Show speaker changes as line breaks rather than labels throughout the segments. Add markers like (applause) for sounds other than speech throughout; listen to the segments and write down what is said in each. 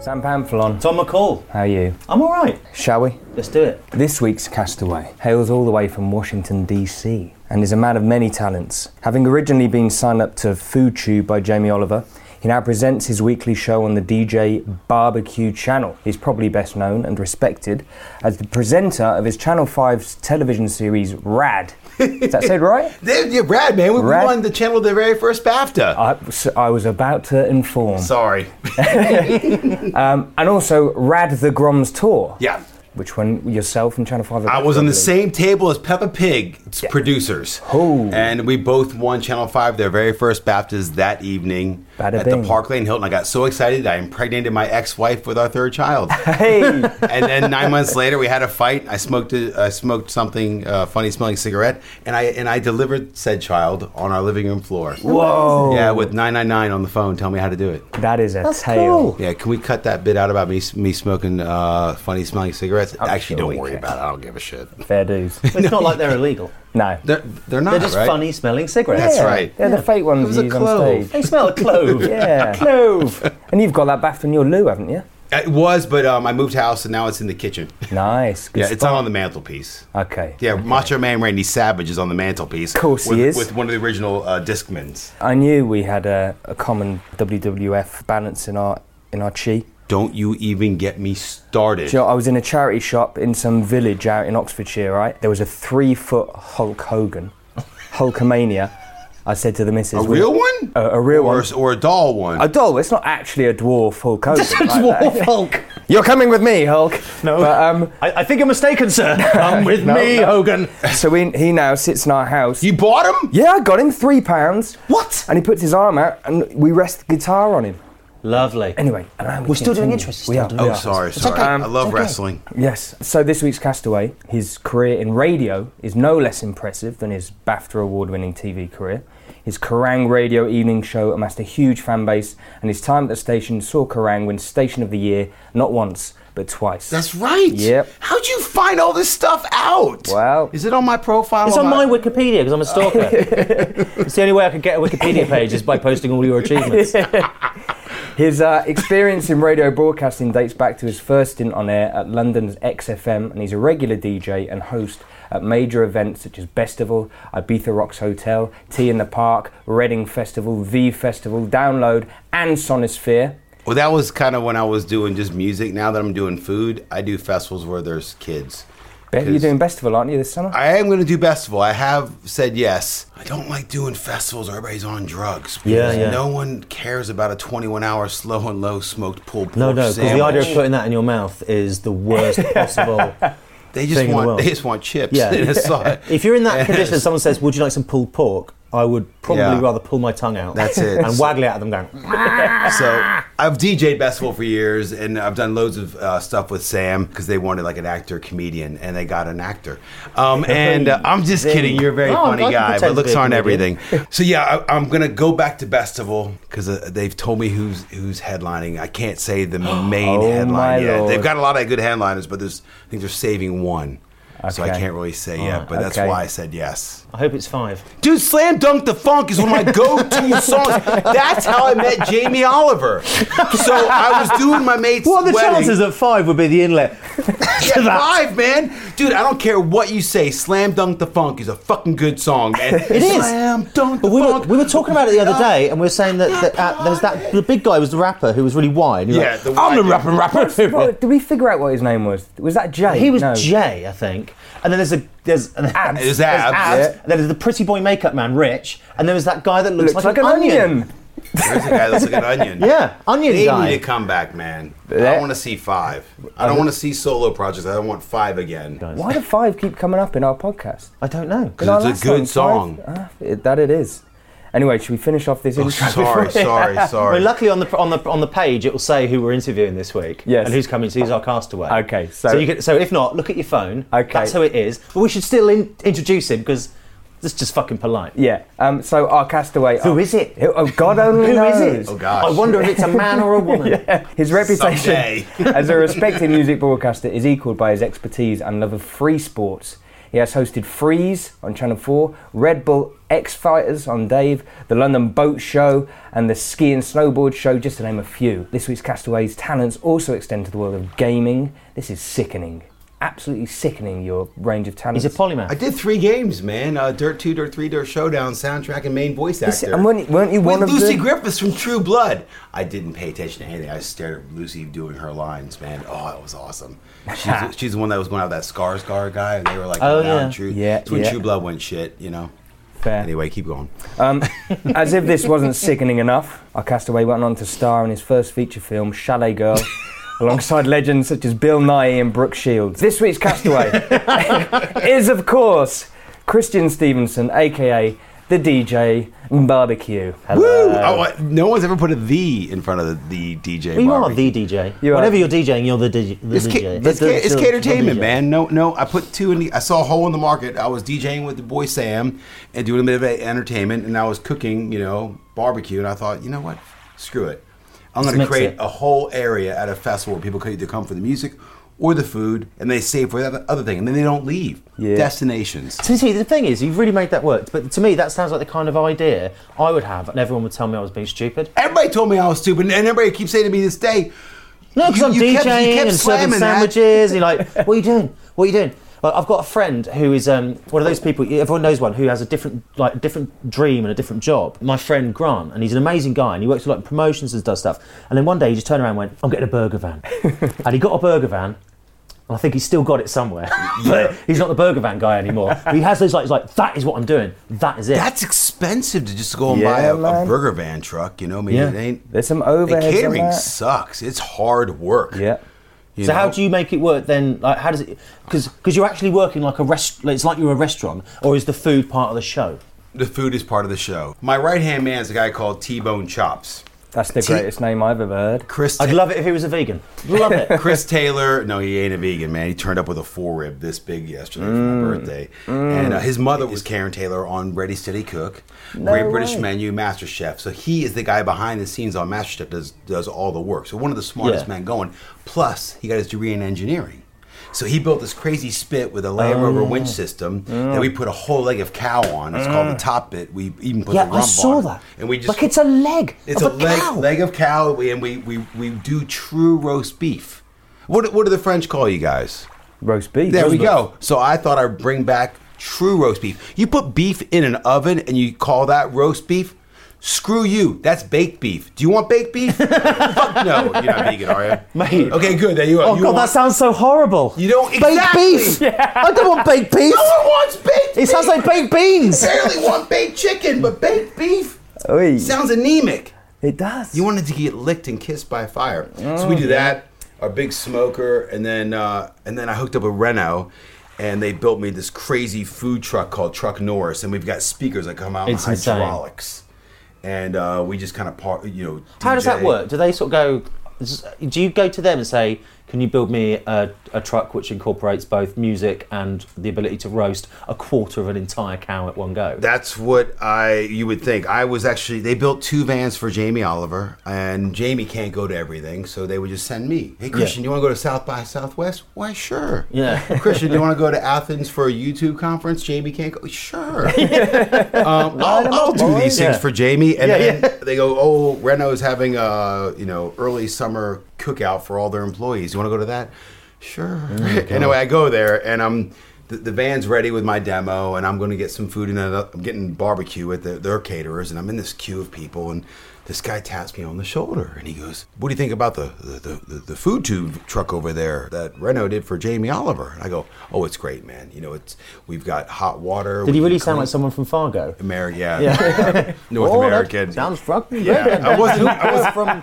Sam Pamphilon,
Tom McCall.
how are you?
I'm all right.
Shall we?
Let's do it.
This week's castaway hails all the way from Washington, D.C., and is a man of many talents. Having originally been signed up to Food Tube by Jamie Oliver, he now presents his weekly show on the DJ Barbecue channel. He's probably best known and respected as the presenter of his Channel 5's television series Rad. Is that said
(laughs)
right?
Dude, you're rad, man. We we
Rad.
won the channel the very first BAFTA.
I, so I was about to inform. (laughs)
Sorry. (laughs)
And also Rad the Groms tour.
yeah.
Which when yourself and Channel 5 are
I was on the
probably-
same table as Peppa Pig's producers.
Oh.
And we both won Channel 5 their very first BAFTAs that evening
Bada
at
bing.
the Park Lane Hilton. I got so excited I impregnated my ex wife with our
(laughs)
third child.
Hey!
(laughs) and then nine months later, we had a fight. I smoked a, I smoked something uh, funny smelling cigarette, and I and I delivered said child on our living room floor.
Whoa.
Yeah, with nine nine nine on the phone, tell me how to do it.
That is a
That's
tale.
cool. Yeah, can we cut that bit out about me me smoking uh, funny smelling cigarettes? Actually,
Oh, sure
don't
we
worry
can.
about it. I don't give a shit.
Fair dues.
It's not like they're (laughs) illegal.
(laughs)
No.
They're, they're not
They're just
right?
funny smelling cigarettes.
That's right.
They're the fake ones
It was
you
a
use on
clove.
stage.
They smell of (laughs) clove.
(laughs)
Yeah. Clove. And you've got that baffed on your loo, haven't you?
It was, but um, I moved house and now it's in the kitchen.
Nice. Good
yeah, it's
spot.
not on the mantelpiece.
Okay.
Yeah, Macho Man Randy Savage is on the mantelpiece. Of
course he
with,
is.
with one of the original uh, Discmans.
I knew we had a, a common WWF balance in our in our chi.
Don't you even get me started.
Do you know, I was in a charity shop in some village out in Oxfordshire, right? There was a three foot Hulk
(laughs)
Hogan, Hulkamania. I said to the missus,
a
"We-
real one?
A, a real
or,
one.
Or a doll one?
A doll. It's not actually a dwarf
(laughs)
Hulk Hogan.
Just a
right?
dwarf
(laughs)
Hulk.
You're coming with me, Hulk.
No.
But, um,
I, I think you're mistaken, (laughs) sir. Come with
No,
me,
no.
Hogan.
so we, he now sits in our house.
you bought him?
Yeah, I got him three pounds.
What?
And he puts his arm out, and we rest the guitar on him.
Lovely.
Anyway, and I will
We're still doing
continue.
interest,
We
still
are.
doing
we
Oh,
are.
sorry, sorry. I love wrestling.
Yes. So this week's Castaway, his career in radio is no less impressive than his BAFTA award-winning TV career. His Kerrang! radio evening show amassed a huge fan base, and his time at the station saw Kerrang! win Station of the Year not once but twice.
That's right.
Yep.
How'd you find all this stuff out?
Wow.
Is it on my profile?
It's
or
on my Wikipedia because I'm a stalker. (laughs) it's the only way I could get a Wikipedia page is by posting all your (laughs) achievements.
His uh, experience in radio broadcasting dates back to his first stint on air at London's XFM, and he's a regular DJ and host at major events such as Festival, Ibiza Rocks Hotel, Tea in the Park, Reading Festival, V Festival, Download, and Sonosphere.
Well, that was kind of when I was doing just music. Now that I'm doing food, I do festivals where there's kids.
Bet you're
Yes.
doing Festival, aren't you, this summer?
I am going to do festival. I have said yes. I don't like doing festivals where everybody's on drugs.
Yeah,
because
yeah.
No one cares about a 21-hour slow and low smoked pulled pork
No, no, because the idea
sandwich.
of putting that in your mouth is the (laughs) worst possible.
they just
thing in the
want
world.
they just want chips.
(laughs) Yeah.
and (laughs) it's
(laughs)
like- (laughs)
if you're in that condition, and someone says, "Would you like some pulled pork?" I would probably
Yeah.
rather pull my tongue out.
That's it.
And waggle it at them, going.
So I've DJed Festival for years, and I've done loads of uh, stuff with Sam because they wanted like an actor comedian, and they got an actor. (laughs) Um, and uh, I'm just kidding. You're a very
Oh, I'm glad
funny
you
guy,
pretend
but
to be
looks
a
aren't
comedian.
everything. so yeah, I, I'm gonna go back to Festival because uh, they've told me who's who's headlining. I can't say (gasps) the main
Oh, my
headline yet.
Lord.
They've got a lot of good headliners, but there's I think they're saving one. So I
Okay.
can't really say yet, but that's
okay.
why I said yes.
I hope it's five.
Dude, Slam Dunk the Funk is one of
(laughs)
my go-to songs. That's how I met Jamie Oliver. So I was doing my mate's
What are the
wedding.
chances that five would be the inlet?
(laughs) Yeah, Five, man. Dude, I don't care what you say. Slam Dunk the Funk is a fucking good song, man.
(laughs) It is.
Slam Dunk the
But we were,
Funk.
we were talking about it the other day, and we were saying that, that uh, there was that the big guy was the rapper who was really wide. He was
Yeah,
like,
the
I'm the
wide
rapping rapper.
Well, did we figure out what his name was? Was that Jay?
He was
No.
Jay, I think. And then there's a there's an abs.
There's abs, yeah.
And then there's the pretty boy makeup man, Rich. And there was that guy that looks,
Looks like an onion.
There's a guy that's like an
(laughs)
onion.
Yeah, onion
They
guy.
need to come back, man. I
That-
want to see five. I don't want to see solo projects. I don't want five again.
Why do five keep coming up in our podcast?
I don't know.
In our
it's a
last
good
one, five-
song.
Ah, it- that it is. Anyway, should we finish off this
Oh,
intro?
(laughs)
sorry,
before-
sorry, sorry.
Well, luckily on the on the on the page it will say who we're interviewing this week
Yes.
and who's coming. So he's our castaway.
Okay, so-
you can, so if not, look at your phone.
Okay.
that's who it is. But we should still in, introduce him because that's just fucking polite.
Yeah. Um, so our castaway.
Who is it?
Who- Oh
(laughs)
God only
Who
knows.
is it?
Oh, gosh.
I wonder if it's a man
(laughs)
or a woman.
His reputation
Someday.
(laughs) as a respected music broadcaster is equaled by his expertise and love of free sports. He has hosted Freeze on Channel 4, Red Bull X Fighters on Dave, the London Boat Show, and the Ski and Snowboard Show, just to name a few. This week's Castaway's talents also extend to the world of gaming. This is sickening. Absolutely sickening, your range of talents.
He's a polymath.
I did three games, man. Uh, Dirt Two, Dirt Three, Dirt Showdown, soundtrack, and main voice
Is
actor.
it- and weren't- weren't you
With
one of the-
Lucy Griffiths from True Blood? I didn't pay attention to anything. I stared at Lucy doing her lines, man. Oh, that was awesome.
(laughs)
She's, she's the one that was going out with that Scar Scar guy, and they were like,
Oh,
down
yeah.
True.
Yeah,
it's when
yeah.
True Blood went shit, you know.
Fair.
Anyway, keep going.
Um, as if this wasn't sickening enough, our castaway went on to star in his first feature film, Chalet
(laughs)
Girl, alongside legends such as Bill Nye and Brooke Shields. This week's
(laughs)
castaway is, of course, Christian Stevenson, aka the DJ Barbecue.
Woo! Oh, I- no one's ever put a "the" in front of the, the DJ.
you are
barbecue.
the DJ.
You are.
Whenever you're DJing, you're the, DJ. the
It's,
DJ.
ca- it's,
The-
ca-
the-
it's
the- the
catertainment,
DJ.
man. No, no. I put two in. The, I saw a hole in the market. I was DJing with the boy Sam and doing a bit of entertainment, and I was cooking, you know, barbecue. And I thought, you know what? Screw it. I'm going to
mix
create
it.
a whole area at a festival where people could either come for the music or the food, and they save for that other thing, and then they don't leave.
Yeah.
Destinations.
So you see, the thing is, you've really made that work. But to me, that sounds like the kind of idea I would have, and everyone would tell me I was being stupid.
Everybody told me I was stupid, and everybody keeps saying to me this day,
No, because
you-
I'm
you
DJing
kept- you kept
and serving
slamming that.
sandwiches. And you're
(laughs)
like, what are you doing? What are you doing? Well, I've got a friend who is um, one of those people. Everyone knows one who has a different, like, different dream and a different job. My friend Grant, and he's an amazing guy, and he works like promotions and does stuff. And then one day he just turned around and went, "I'm getting a burger
(laughs)
van," and he got a burger van. And I think he's still got it somewhere, (laughs) but he's not the burger van guy
(laughs)
anymore. But he has those like, he's like, "That is what I'm doing. That is it."
that's expensive to just go and
Yeah,
buy a, a
man.
burger van truck. You know, I mean,
Yeah.
it ain't.
There's some
and
overheads on
Catering
that.
sucks. It's hard work.
Yeah.
you
so how
know?
do you make it work then? Like, how does it? Because you're actually working like a rest. Like, it's like you're a restaurant, or is the food part of the show?
The food is part of the show. My right hand man is a guy called T Bone Chops.
That's the
T-
greatest name I've ever heard.
Chris.
I'd
Ta-
love it if he was a vegan. Love
(laughs)
it.
Chris Taylor. No, he ain't a vegan man. He turned up with a four rib this big yesterday
Mm.
for my birthday, and uh, his mother was Karen Taylor on Ready Steady Cook, Great British Menu, Master Chef. So he is the guy behind the scenes on Master Chef. Does does all the work. So one of the smartest
Yeah.
men going. Plus, he got his degree in engineering. So he built this crazy spit with a Land Rover
Oh,
winch system
Mm.
that we put a whole leg of cow on. It's called the top bit. We even put
yeah,
the rump
I saw
on.
that.
And we just
like it's a leg.
It's
of
a
a,
leg,
cow.
leg of cow, we- and we, we, we do true roast beef. What, what do the French call you guys?
Roast beef.
There we go. So I thought I'd bring back true roast beef. You put beef in an oven and you call that roast beef? Screw you. That's baked beef. Do you want baked
(laughs)
beef? Fuck no. You're not vegan, are you?
Mate.
Okay, good. There you are.
Oh
you
god, that
want-
sounds so horrible.
You don't-
baked
Exactly.
beef. I don't want baked beef.
No one wants baked
it sounds
beef.
like baked beans. Oh.
barely want baked chicken, but baked beef
Oi.
sounds anemic.
It does.
You wanted to get licked and kissed by
Oh,
fire. so we do that, our big smoker, and then uh, and then I hooked up a Reno, and they built me this crazy food truck called Truck Norris, and we've got speakers that come out
It's
on
insane.
hydraulics, and uh, we just kind of part, you know.
How does that
DJ.
work? Do they sort of go? Do you go to them and say, "Can you build me a, a truck which incorporates both music and the ability to roast a quarter of an entire cow at one go?"
That's what I you would think. I was actually they built two vans for Jamie Oliver, and Jamie can't go to everything, so they would just send me. Hey Christian, you want to go to South by Southwest? Why, sure.
Yeah.
Christian, do you want to go to Athens for a YouTube conference? Jamie can't go.
(laughs)
Sure. um, I'll, I'll do these things
Yeah.
for Jamie, and
Yeah,
then
yeah.
they go. Oh, Renault's having a you know early summer cookout for all their employees. You want to go to that? Sure. (laughs) anyway, I go there, and I'm the, the van's ready with my demo, and I'm going to get some food, and I'm getting barbecue at the, their caterers, and I'm in this queue of people, and this guy taps me on the shoulder, and he goes, "What do you think about the the, the, the food tube truck over there that Renault did for Jamie Oliver?" And I go, "Oh, it's great, man. You know, it's we've got hot water."
Did
we
he really
can
sound
clean-
like someone from Fargo?
Ameri- yeah,
Yeah.
(laughs) North
Oh, that
American.
sounds fucking
Yeah, (laughs)
good.
I wasn't- I
You're
(laughs)
from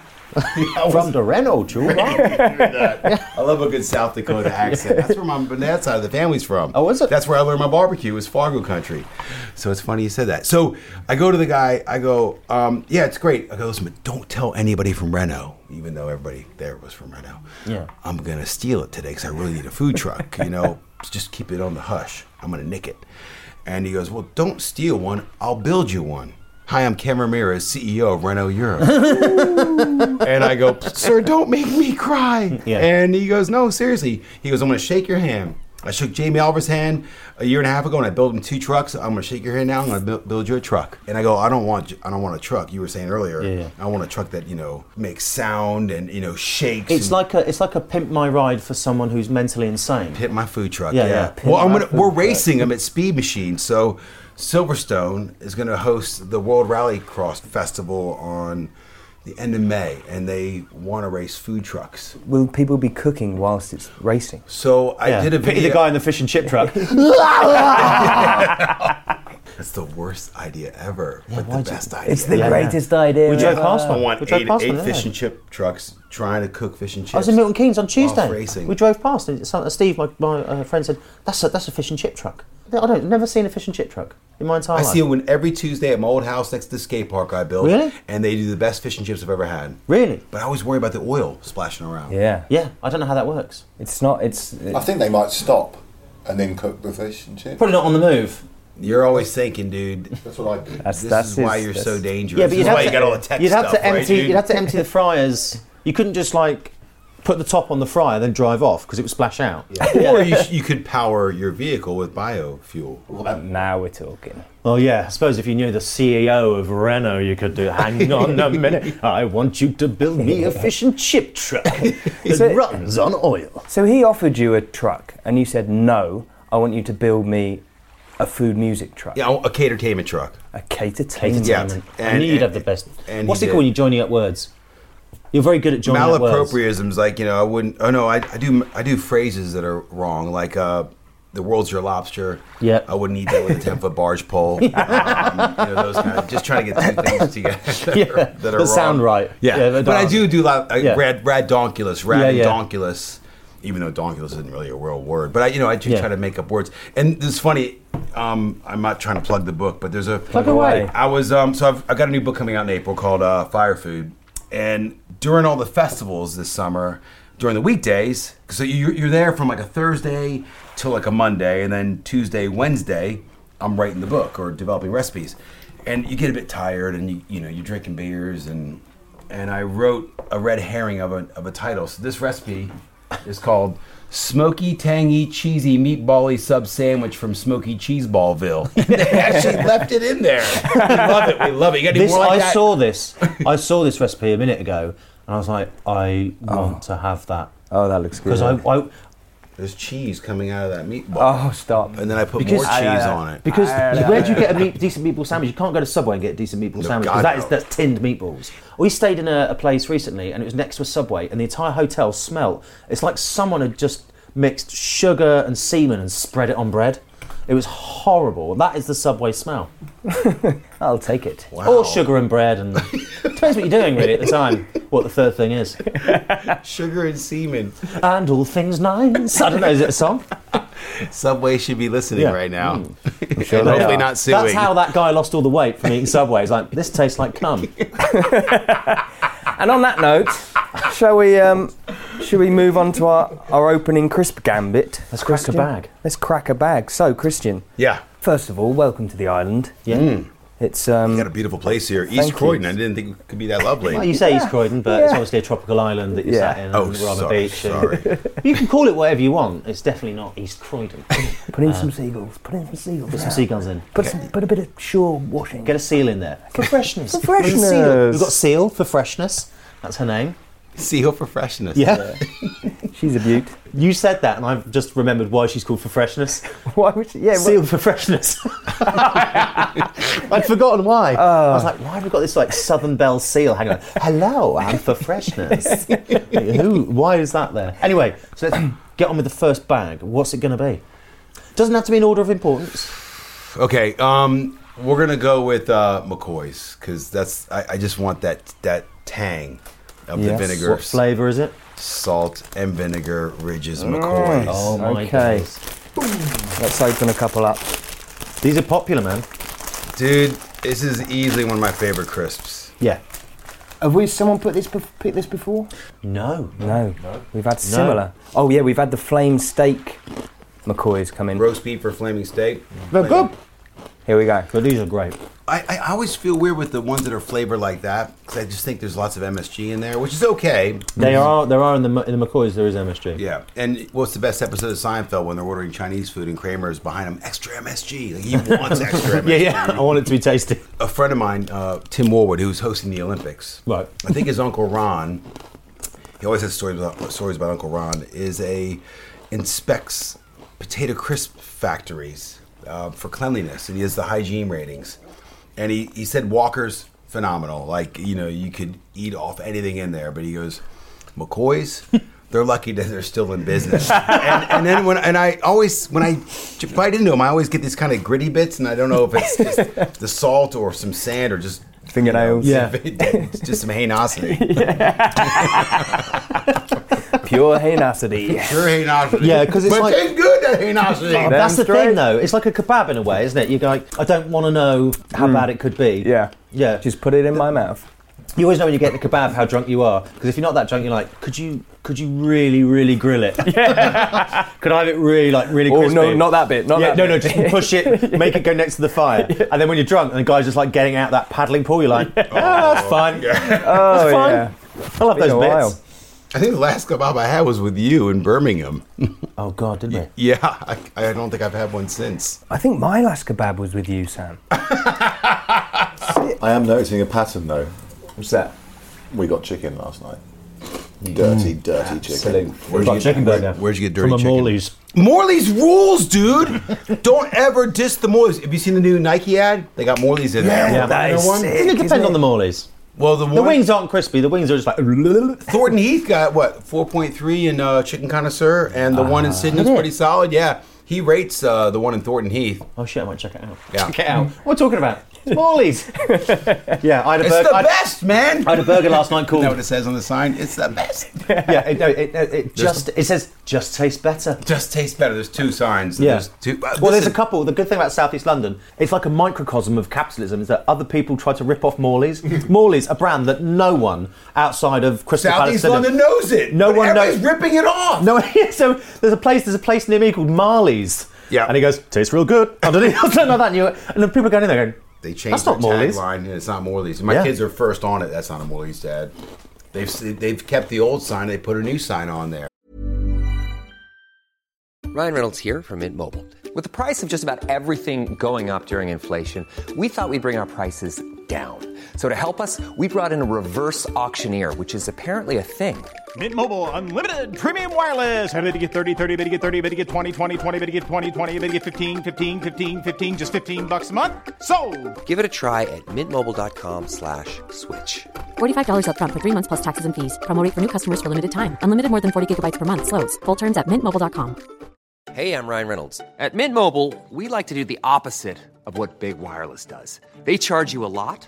from the Renault, Chuba.
(laughs) I love a good South Dakota accent. That's where my dad's side of the family's from.
Oh, is it?
That's where I learned my barbecue was Fargo country. So it's funny you said that. So I go to the guy. I go, um, yeah, it's great. I go, listen, but don't tell anybody from Reno, even though everybody there was from Reno.
Yeah.
I'm gonna steal it today because I really need a food truck. You know, (laughs) just keep it on the hush. I'm gonna nick it. And he goes, well, don't steal one. I'll build you one. Hi, I'm Cam Ramirez, CEO of Renault Europe. and I go, sir, don't make me cry.
Yeah.
And he goes, no, seriously. He goes, I'm going to shake your hand. I shook Jamie Oliver's hand a year and a half ago, and I built him two trucks. I'm going to shake your hand now. I'm going to build, build you a truck. And I go, I don't want, I don't want a truck. You were saying earlier,
Yeah, yeah.
I want a truck that you know makes sound and you know shakes.
It's
and-
like a it's like a pimp my ride for someone who's mentally insane.
Hit my food truck.
Yeah,
Yeah.
yeah. Pit
Well, I'm
my
gonna
food
we're
truck.
racing them at Speed Machine, so Silverstone is gonna host the World Rallycross Festival on the end of May, and they want to race food trucks.
Will people be cooking whilst it's racing?
So I
Yeah.
did a
Pity
video.
the guy in the fish and chip
(laughs)
truck.
That's the worst idea ever, but the
why'd you-
best idea.
It's the
Yeah.
greatest idea.
We drove
ever.
past one.
I want
we drove
eight,
past one,
eight
didn't
fish
we?
and chip trucks trying to cook fish and chips.
I was in Milton Keynes on Tuesday.
racing.
We drove past, and some- Steve, my, my uh, friend, said, "That's a that's a fish and chip truck." I don't never seen a fish and chip truck in my entire
I
life.
see them every Tuesday at my old house next to the skate park I built.
Really?
And they do the best fish and chips I've ever had.
Really?
But I always worry about the oil splashing around.
Yeah.
Yeah, I don't know how that works.
It's not. It's. It,
I think they might stop and then cook the fish and chips.
Probably not on the move.
You're always thinking, dude.
That's what I do.
that's,
This
that's
is why
his-
you're
that's-
so dangerous.
Yeah, but
This
you'd
is
have
why
to,
you got all the tech
you'd have
stuff,
to
right,
empty.
dude?
you'd have to
(laughs)
empty the fryers. You couldn't just like put the top on the fryer then drive off because it would splash out.
or you, sh- you could power your vehicle with biofuel.
Um, Now we're talking.
Well, yeah, I suppose if you knew the CEO of Renault, you could do.
(laughs)
Hang on a minute, I want you to build me a fish and
(laughs)
chip truck that
it-
runs on oil.
So he offered you a truck, and you said no. I want you to build me a food music truck.
Yeah, a catertainment truck.
A catertainment.
Yeah.
I
And-
knew you'd
and-
have the best.
and he
What's it
did.
called when you're joining up words? You're very good at joining up words.
Malappropriisms, like you know, I wouldn't. Oh no, I, I do. I do phrases that are wrong, like uh, "the world's your lobster."
Yep.
I wouldn't eat that with a ten foot barge
(laughs)
pole. um, you know, those kind of, just trying to get two things together that,
Yeah,
are, that are
that sound
wrong.
right.
Yeah,
Yeah, they
but I
don't.
do do a lot. Uh,
Yeah.
Rad, radonculus, rad
Yeah,
and
yeah.
donculus. Even though donculus isn't really a real word, but I, you know, I do
Yeah.
try to make up words. And it's funny. Um, I'm not trying to plug the book, but there's a
Plug away.
I was um, so I've, I've got a new book coming out in April called uh, Fire Food, and during all the festivals this summer, during the weekdays, so you're, you're there from like a Thursday till like a Monday, and then Tuesday, Wednesday, I'm writing the book or developing recipes, and you get a bit tired, and you you know you're drinking beers, and and I wrote a red herring of a of a title. So this recipe is called. Smoky, tangy, cheesy, meatbally sub sandwich from Smoky Cheeseballville. (laughs) they actually left it in there. We love it. We love it. You got any
This,
more like
I
that?
saw this. I saw this recipe a minute ago, and I was like, I want to have that
Oh, that looks good.
because I, I
There's cheese coming out of that meatball.
oh, stop.
And then I put more cheese on it.
Because where do you get a meat, decent meatball sandwich? You can't go to Subway and get a decent meatball
Ah, No,
sandwich because
God,
that is
no.
that's tinned meatballs. We stayed in a, a place recently and it was next to a Subway and the entire hotel smelt. It's like someone had just mixed sugar and semen and spread it on bread. It was horrible. That is the Subway
(laughs)
smell.
I'll take it.
Or sugar and bread and depends what you're doing really at the time. What the third thing is.
Sugar and semen.
And all things nice. I don't know. Is it a song?
Subway should be listening
Yeah.
right now. (laughs) And
sure they
hopefully
are.
not suing.
That's how that guy lost all the weight from eating Subway. He's like, this tastes like cum.
And on that note, shall we um, shall we move on to our, our opening crisp gambit?
Let's crack a
Christian?
bag.
Let's crack a bag. So, Christian,
yeah.
first of all, welcome to the island.
Yeah.
It's um,
We got a beautiful place here, East
Thank you.
Croydon. I didn't think it could be that lovely.
Well, you say East Croydon, but it's
Yeah.
obviously a tropical island that you
Yeah.
sat in
oh,
and we're on a
sorry,
beach.
sorry.
And (laughs) you can call it whatever you want. It's definitely not East Croydon.
put in some seagulls. Put in some seagulls.
uh, Put some seagulls in.
Put, some, put a bit of shore washing.
Get a seal in there for (laughs) freshness.
For freshness.
Seal. We've got seal for freshness. That's her name.
Seal for freshness.
Yeah.
She's a beaut.
(laughs)
(laughs)
You said that, and I've just remembered why she's called for freshness.
Why would she? Yeah, well-
Seal for freshness.
(laughs)
I'd forgotten why.
Oh.
I was like, why have we got this like Southern Belle seal hanging on? Hello, I'm
(laughs)
for freshness. Who? Why is that there? Anyway, so let's (clears throat) get on with the first bag. What's it going to be? Doesn't have to be in order of importance.
Okay. Um, we're gonna go with uh, McCoy's because that's I, I just want that that tang of
Yes.
the vinegar,
What flavour is it?
salt, and vinegar ridges McCoy's.
Oh my
Okay.
goodness.
Let's open a couple up.
These are popular, man.
Dude, this is easily one of my favorite crisps.
Yeah.
Have we? Someone put this bef- picked this before?
No.
No, we've had similar. Oh yeah, we've had the flame steak. McCoy's come in.
Roast beef or flaming steak.
They're good.
Here we go.
But these are great.
I, I always feel weird with the ones that are flavored like that because I just think there's lots of MSG in there, which is okay.
They
Mm.
are. There are in the M- in the McCoys. There is MSG.
Yeah, and what's the best episode of Seinfeld when they're ordering Chinese food and Kramer is behind him? Extra MSG. Like he wants
(laughs)
extra MSG.
Yeah, yeah. I want it to be tasty.
a friend of mine, uh, Tim Warwood, who's hosting the Olympics.
Right.
I think his uncle Ron. He always has stories about stories about Uncle Ron. Is a inspects potato crisp factories uh, for cleanliness, and he has the hygiene ratings. And he, he said Walker's phenomenal. Like you know, you could eat off anything in there, but he goes McCoy's. They're lucky that they're still in business. and, and then when and I always when I j- bite into them, I always get these kind of gritty bits, and I don't know if it's just the salt or some sand or just
Fingernails.
Yeah.
(laughs) just some hainosity.
(laughs) Pure hainosity.
Sure hainosity.
(laughs) Yeah, 'cause it's
but
like-
tastes good that hainosity.
Damn
That's the
straight.
thing, though. It's like a kebab in a way, isn't it? You go, like, I don't want to know how bad it could be.
Mm. yeah.
Yeah.
Just put it in my mouth.
You always know when you get the kebab how drunk you are. Because if you're not that drunk, you're like, could you could you really, really grill it? (laughs) could I have it really, like, really
Oh
crispy?
no, not that bit. Not
yeah,
that.
no,
bit.
no,
(laughs)
just push it, make it go next to the fire. And then when you're drunk and the guy's just like getting out that paddling pool, you're like, ah, that's fine.
Oh
fine.
yeah.
I love
Been
those
a
bits.
while.
I think the last kebab I had was with you in Birmingham.
Oh, God, didn't we?
(laughs) yeah, I, I don't think I've had one since.
I think my last kebab was with you, Sam.
I am noticing a pattern though.
What's that?
We got chicken last night. Dirty, dirty chicken.
Where'd
Got chicken
where-
burger.
where'd you get dirty
From a
chicken?
Morley's.
Morley's rules, dude. (laughs) don't ever diss the Morley's. Have you seen the new Nike ad? They got Morley's in there.
Yeah.
that
You know
is
one?
sick,
Doesn't it
isn't
depend
it?
on the Morley's?
Well, the,
The
one,
wings aren't crispy. The wings are just like. (laughs)
Thornton Heath got what 4.3 in uh, Chicken Connoisseur, and the one in Sydney's
Did Ah. it?
pretty solid. Yeah, he rates uh, the one in Thornton Heath.
Oh shit! I might check it out.
Yeah.
Check it out. What are we talking about?
(laughs)
Smallies. yeah, I had a
It's
burger.
the
I, had,
best, man.
I had a burger last night
Is
called.
that what it says on the sign? It's the best.
(laughs) yeah, it, no, it, it, it just it says just tastes better.
Just tastes better. There's two signs.
Yeah.
There's two, uh,
well, there's a
listen,
couple. The good thing about Southeast London, it's like a microcosm of capitalism. Is that other people try to rip off
(laughs)
Morley's? Morley's, a brand that no one outside of Crystal Palace
Southeast
Cinema-
London knows it.
No
but
one knows-
everybody's ripping it
(laughs)
off.
No, (laughs) so there's a place. There's a place near me called Marley's.
Yeah.
And he goes, tastes real good. (laughs) Underneath, I don't know that. And, you, and the people are going in there going,
They changed
That's not
the
Morley's.
tagline, and it's not Morley's. My
Yeah.
kids are first on it. That's not a Morley's, Dad. They've s- they've kept the old sign. They put a new sign on there.
Ryan Reynolds here from Mint Mobile. With the price of just about everything going up during inflation, we thought we'd bring our prices down. So to help us, we brought in a reverse auctioneer, which is apparently a thing.
Mint Mobile unlimited premium wireless. Ready to get 30, 30, bit to get 30, bit to get 20, 20, 20, bit to get 20, 20, bit to get 15, 15, 15, 15 just 15 bucks a month. So,
Give it a try at mintmobile.com slash switch.
$45 upfront for three months plus taxes and fees. Promo rate for new customers for limited time. Unlimited more than 40 gigabytes per month. Slows. Full terms at mintmobile.com.
Hey, I'm Ryan Reynolds. At Mint Mobile, we like to do the opposite of what Big Wireless does. They charge you a lot,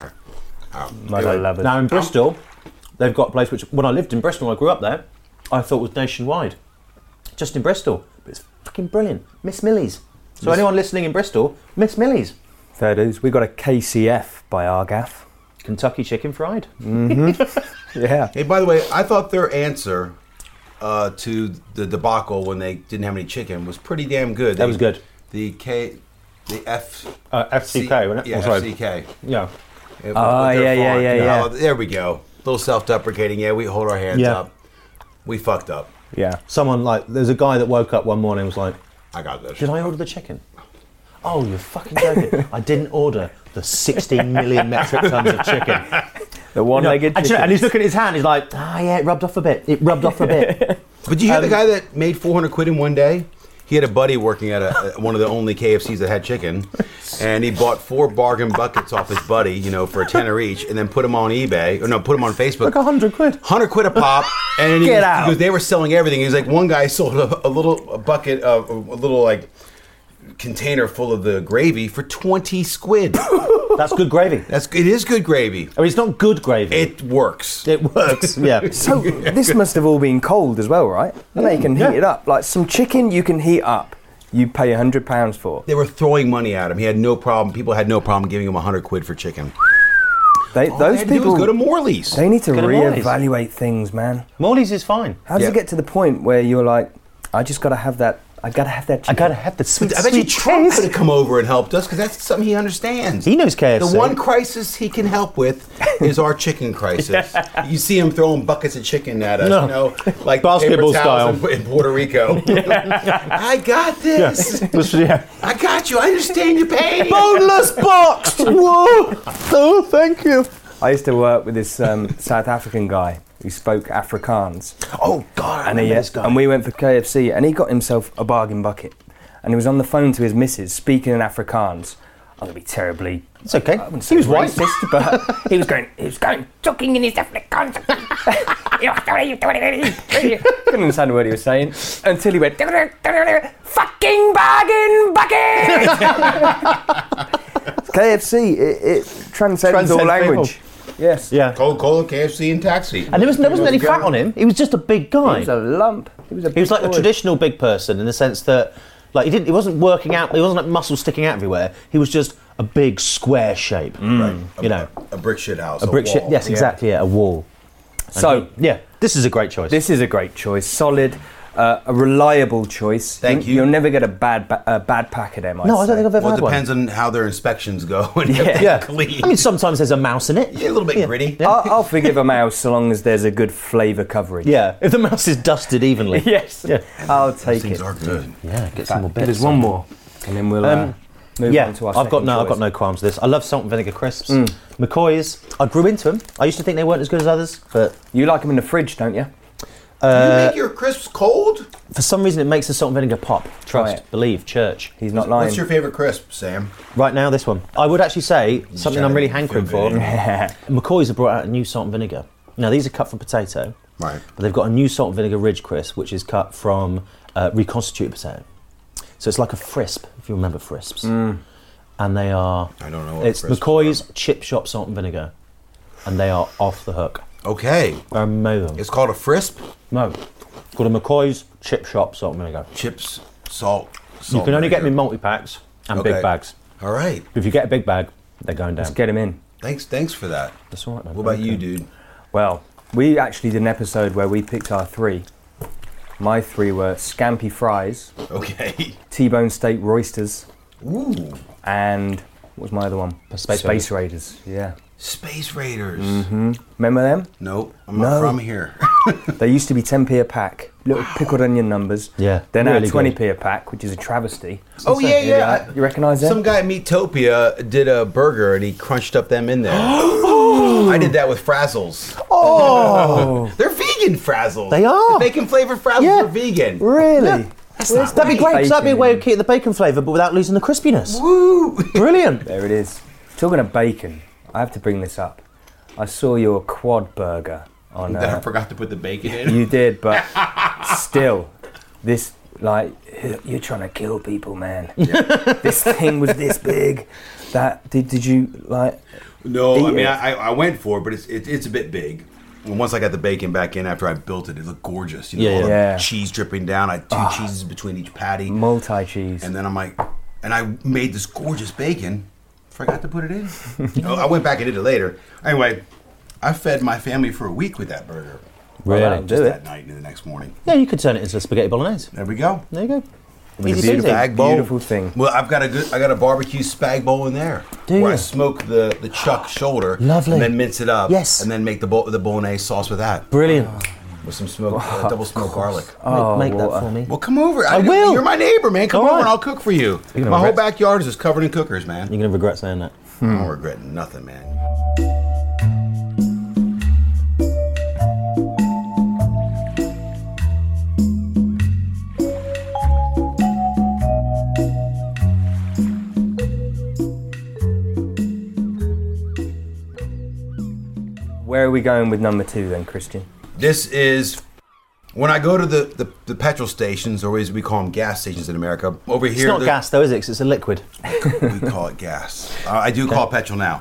I
Um, Anyway,
love it.
Now in Bristol, they've got a place which, when I lived in Bristol, when I grew up there, I thought was nationwide, just in Bristol. But it's fucking brilliant, Miss Millie's. So anyone listening in Bristol, Miss Millie's,
Fair dues. We got a KCF by Argaff. Mm.
Kentucky chicken fried.
Yeah.
Hey, by the way, I thought their answer uh, to the debacle when they didn't have any chicken was pretty damn good.
That was good.
The K, the F,
Uh, FCK, wasn't it?
Yeah,
Oh, sorry.
FCK.
Yeah.
It was
Ah,
their
yeah, yeah,
font.
yeah, yeah.
Oh, There we go. A little self-deprecating. Yeah, we hold our hands
Yeah.
up. We fucked up.
Yeah.
Someone like there's a guy that woke up one morning and was like,
I got this.
"Did I order the chicken?" Oh, you're fucking
(laughs)
joking! I didn't order the 16 million metric tons of chicken.
The
No,
one-legged
and, you know,
chicken.
and he's looking at his hand. He's like, "Ah, yeah, it rubbed off a bit. It rubbed off a bit."
But you hear
Um,
the guy that made 400 quid in one day? He had a buddy working at a, one of the only KFCs that had chicken, and he bought four bargain buckets off his buddy, you know, for a tenner each, and then put them on eBay, or no, put them on Facebook.
Like 100 quid.
100 quid a pop. And then he
Get
was,
out.
Because they were selling everything. He was like, one guy sold a, a little a bucket of, a little, like, container full of the gravy for 20 squid.
That's good gravy.
That's, it is good gravy.
I mean, it's not good gravy.
It works.
It works. Yeah.
So this must have all been cold as well, right? And they can heat
Yeah.
it up. Like some chicken, you can heat up. You pay hundred pounds for.
They were throwing money at him. He had no problem. People had no problem giving him 100 quid for chicken.
They,
All
those
they had to do was
people,
go to Morley's.
they need to
Go to Morley's.
reevaluate things, man.
Morley's is fine.
How does
Yeah.
it get to the point where you're like, I just got to have that? I got to have that.
I
Chicken.
gotta have the sweet,
I bet you
sweet
Trump
taste.
could have come over and helped us because that's something he understands.
He knows
the
KFC. (laughs)
one crisis he can help with is our
(laughs)
chicken crisis. you see him throwing buckets of chicken at us,
No.
you know, like
Basketball
paper towels In, in Puerto
(laughs)
Rico. I got
Yeah.
this.
Was- yeah.
I got you. I understand your pain.
Boneless boxed. Whoa. Oh, thank you.
I used to work with this um, (laughs) South African guy who spoke Afrikaans.
Oh God, I
and,
remember
he,
this guy.
and we went for KFC, and he got himself a bargain bucket. And he was on the phone to his missus, speaking in Afrikaans. I'm gonna be terribly.
It's okay.
I wouldn't
He
say
was white.
racist, but he was going. He was going talking in his (laughs) Afrikaans. You know, sorry, you don't really- Couldn't understand a word he was saying until he went. (laughs) Fucking bargain bucket. KFC. It, it transcends, all
Transcends
language. Yes.
yeah.
Coca Cola, KFC, and taxi.
And there, was, there wasn't any fat on him. He was just a big
He
guy.
was a lump. He was a.
He was like a
boy.
traditional big person in the sense that, like, he didn't. He wasn't working out. He wasn't like muscles sticking out everywhere. He was just a big square shape.
Mm.
You know,
a brick shit house.
a brick shape.
wall.
Yes, exactly. Yeah, a wall.
So
Yeah, this is a great choice.
This is a great choice, solid, uh, a reliable choice.
Thank you.
You'll never get a bad ba- a bad pack of them. I'd
no, I
say.
don't think I've ever
Well, it
had
depends
one.
on how their inspections go (laughs) and if
Yeah.
they're
Yeah.
clean.
I mean, sometimes there's a mouse in it.
Yeah, a little bit gritty.
(laughs) I'll, I'll forgive a mouse so long as there's a good flavour coverage.
Yeah, if the mouse is dusted evenly.
(laughs) Yes.
Yeah.
I'll take
Things
it.
are good.
Yeah, get some more bits.
There's one more, and then we'll uh,
Um,
move
yeah,
on to our.
I've got
second
no, I've
choice. Mm.
got no qualms with this. I love salt and vinegar crisps. McCoy's, I grew into them. I used to think they weren't as good as others, but
You like them in the fridge, don't
(laughs)
you?
Uh,
you make your crisps cold?
for some reason it makes the salt and vinegar pop. Trust,
it.
believe, church.
He's not lying.
What's your favorite crisp, Sam?
Right now, this one. I would actually say something
trying
I'm
to
really
feel
hankering for.
good,
(laughs)
McCoy's have brought out a new salt and vinegar. Now these are cut from potato,
Right.
But they've got a new salt and vinegar ridge crisp, which is cut from uh, reconstituted potato. So it's like a frisp, if you remember frisps. And they are.
Mm. I don't know what
it's
crisps
McCoy's chip shop salt and vinegar, and they are off the hook. Um,
Okay.
They're amazing.
It's called a frisp.
No, it's called a McCoy's chip shop salt and vinegar.
Chips, salt.
You
salt
can only get them in
vinegar.
multi packs and
Okay.
big bags.
All right.
If you get a big bag, they're going down.
Let's get him in.
Thanks. Thanks for that.
That's all right, man.
What about you,
Okay.
dude?
Well, we actually did an episode where we picked our three. My three were scampi fries,
Okay.
T-bone steak roysters,
Ooh.
and What was my other one?
Space
Raiders. Yeah.
Space Raiders.
Mm-hmm.
hmm Remember them?
Nope. I'm not from here. (laughs)
they used to be 10p a pack, little pickled onion numbers.
Yeah,
They're now
really
20p a pack, which is a travesty.
Oh yeah, yeah.
You recognise that?
Some guy at Meatopia did a burger and he crunched up
(gasps)
them in there. (gasps) I did that with Frazzles.
Oh.
(laughs) they're vegan Frazzles.
They are.
Bacon flavored Frazzles are vegan.
Really?
That's not
That'd be
right.
great. 'cause That'd be a way of
Bacon.
keeping the bacon flavour, but without losing the crispiness.
Woo! (laughs)
Brilliant.
There it is. Talking of bacon, I have to bring this up. I saw your quad burger on.
That I
uh,
forgot to put the bacon in.
you did, but still, this like you're trying to kill people,
(laughs)
man. this thing was this big. That did did you like?
(laughs) No, I
eat
mean
it?
I, I went for it, but it's it, it's a bit big. And once I got the bacon back in after I built it, it looked gorgeous. You know,
Yeah,
all the
yeah. Ah.
cheese dripping down. I had two cheeses between each patty,
multi cheese,
and then I'm like, and I made this gorgeous bacon. Forgot to put it (laughs) in. oh, I went back and did it later. Anyway, I fed my family for a week with that burger.
Really?
Well, just
Do it.
that night and the next morning.
Yeah, you could turn it into a spaghetti bolognese.
There we go.
There you go.
With a
Easy
beautiful,
peasy.
bag bowl. Well, I've got a good. I got a barbecue spag bowl in there
Do
where I
you?
smoke the the chuck shoulder,
Lovely.
and then mince it up.
Yes.
and then make the bo- the bolognese sauce with that.
Brilliant.
With some smoked uh, double smoked garlic.
Oh, Make- make that well, for me.
Well, come over.
I will.
You're my neighbor, man. Come
All
over
right.
and I'll cook for you.
You're gonna
My whole
regret-
backyard is just covered in cookers, man.
You're gonna regret saying that.
I'm regretting nothing, man.
Where are we going with number two then, Christian?
This is when I go to the, the, the petrol stations, or as we call them gas stations in America. Over here,
It's not
they're-
gas though, is it? 'Cause it's a liquid.
we call
(laughs)
it gas. Uh, I I do call it petrol now.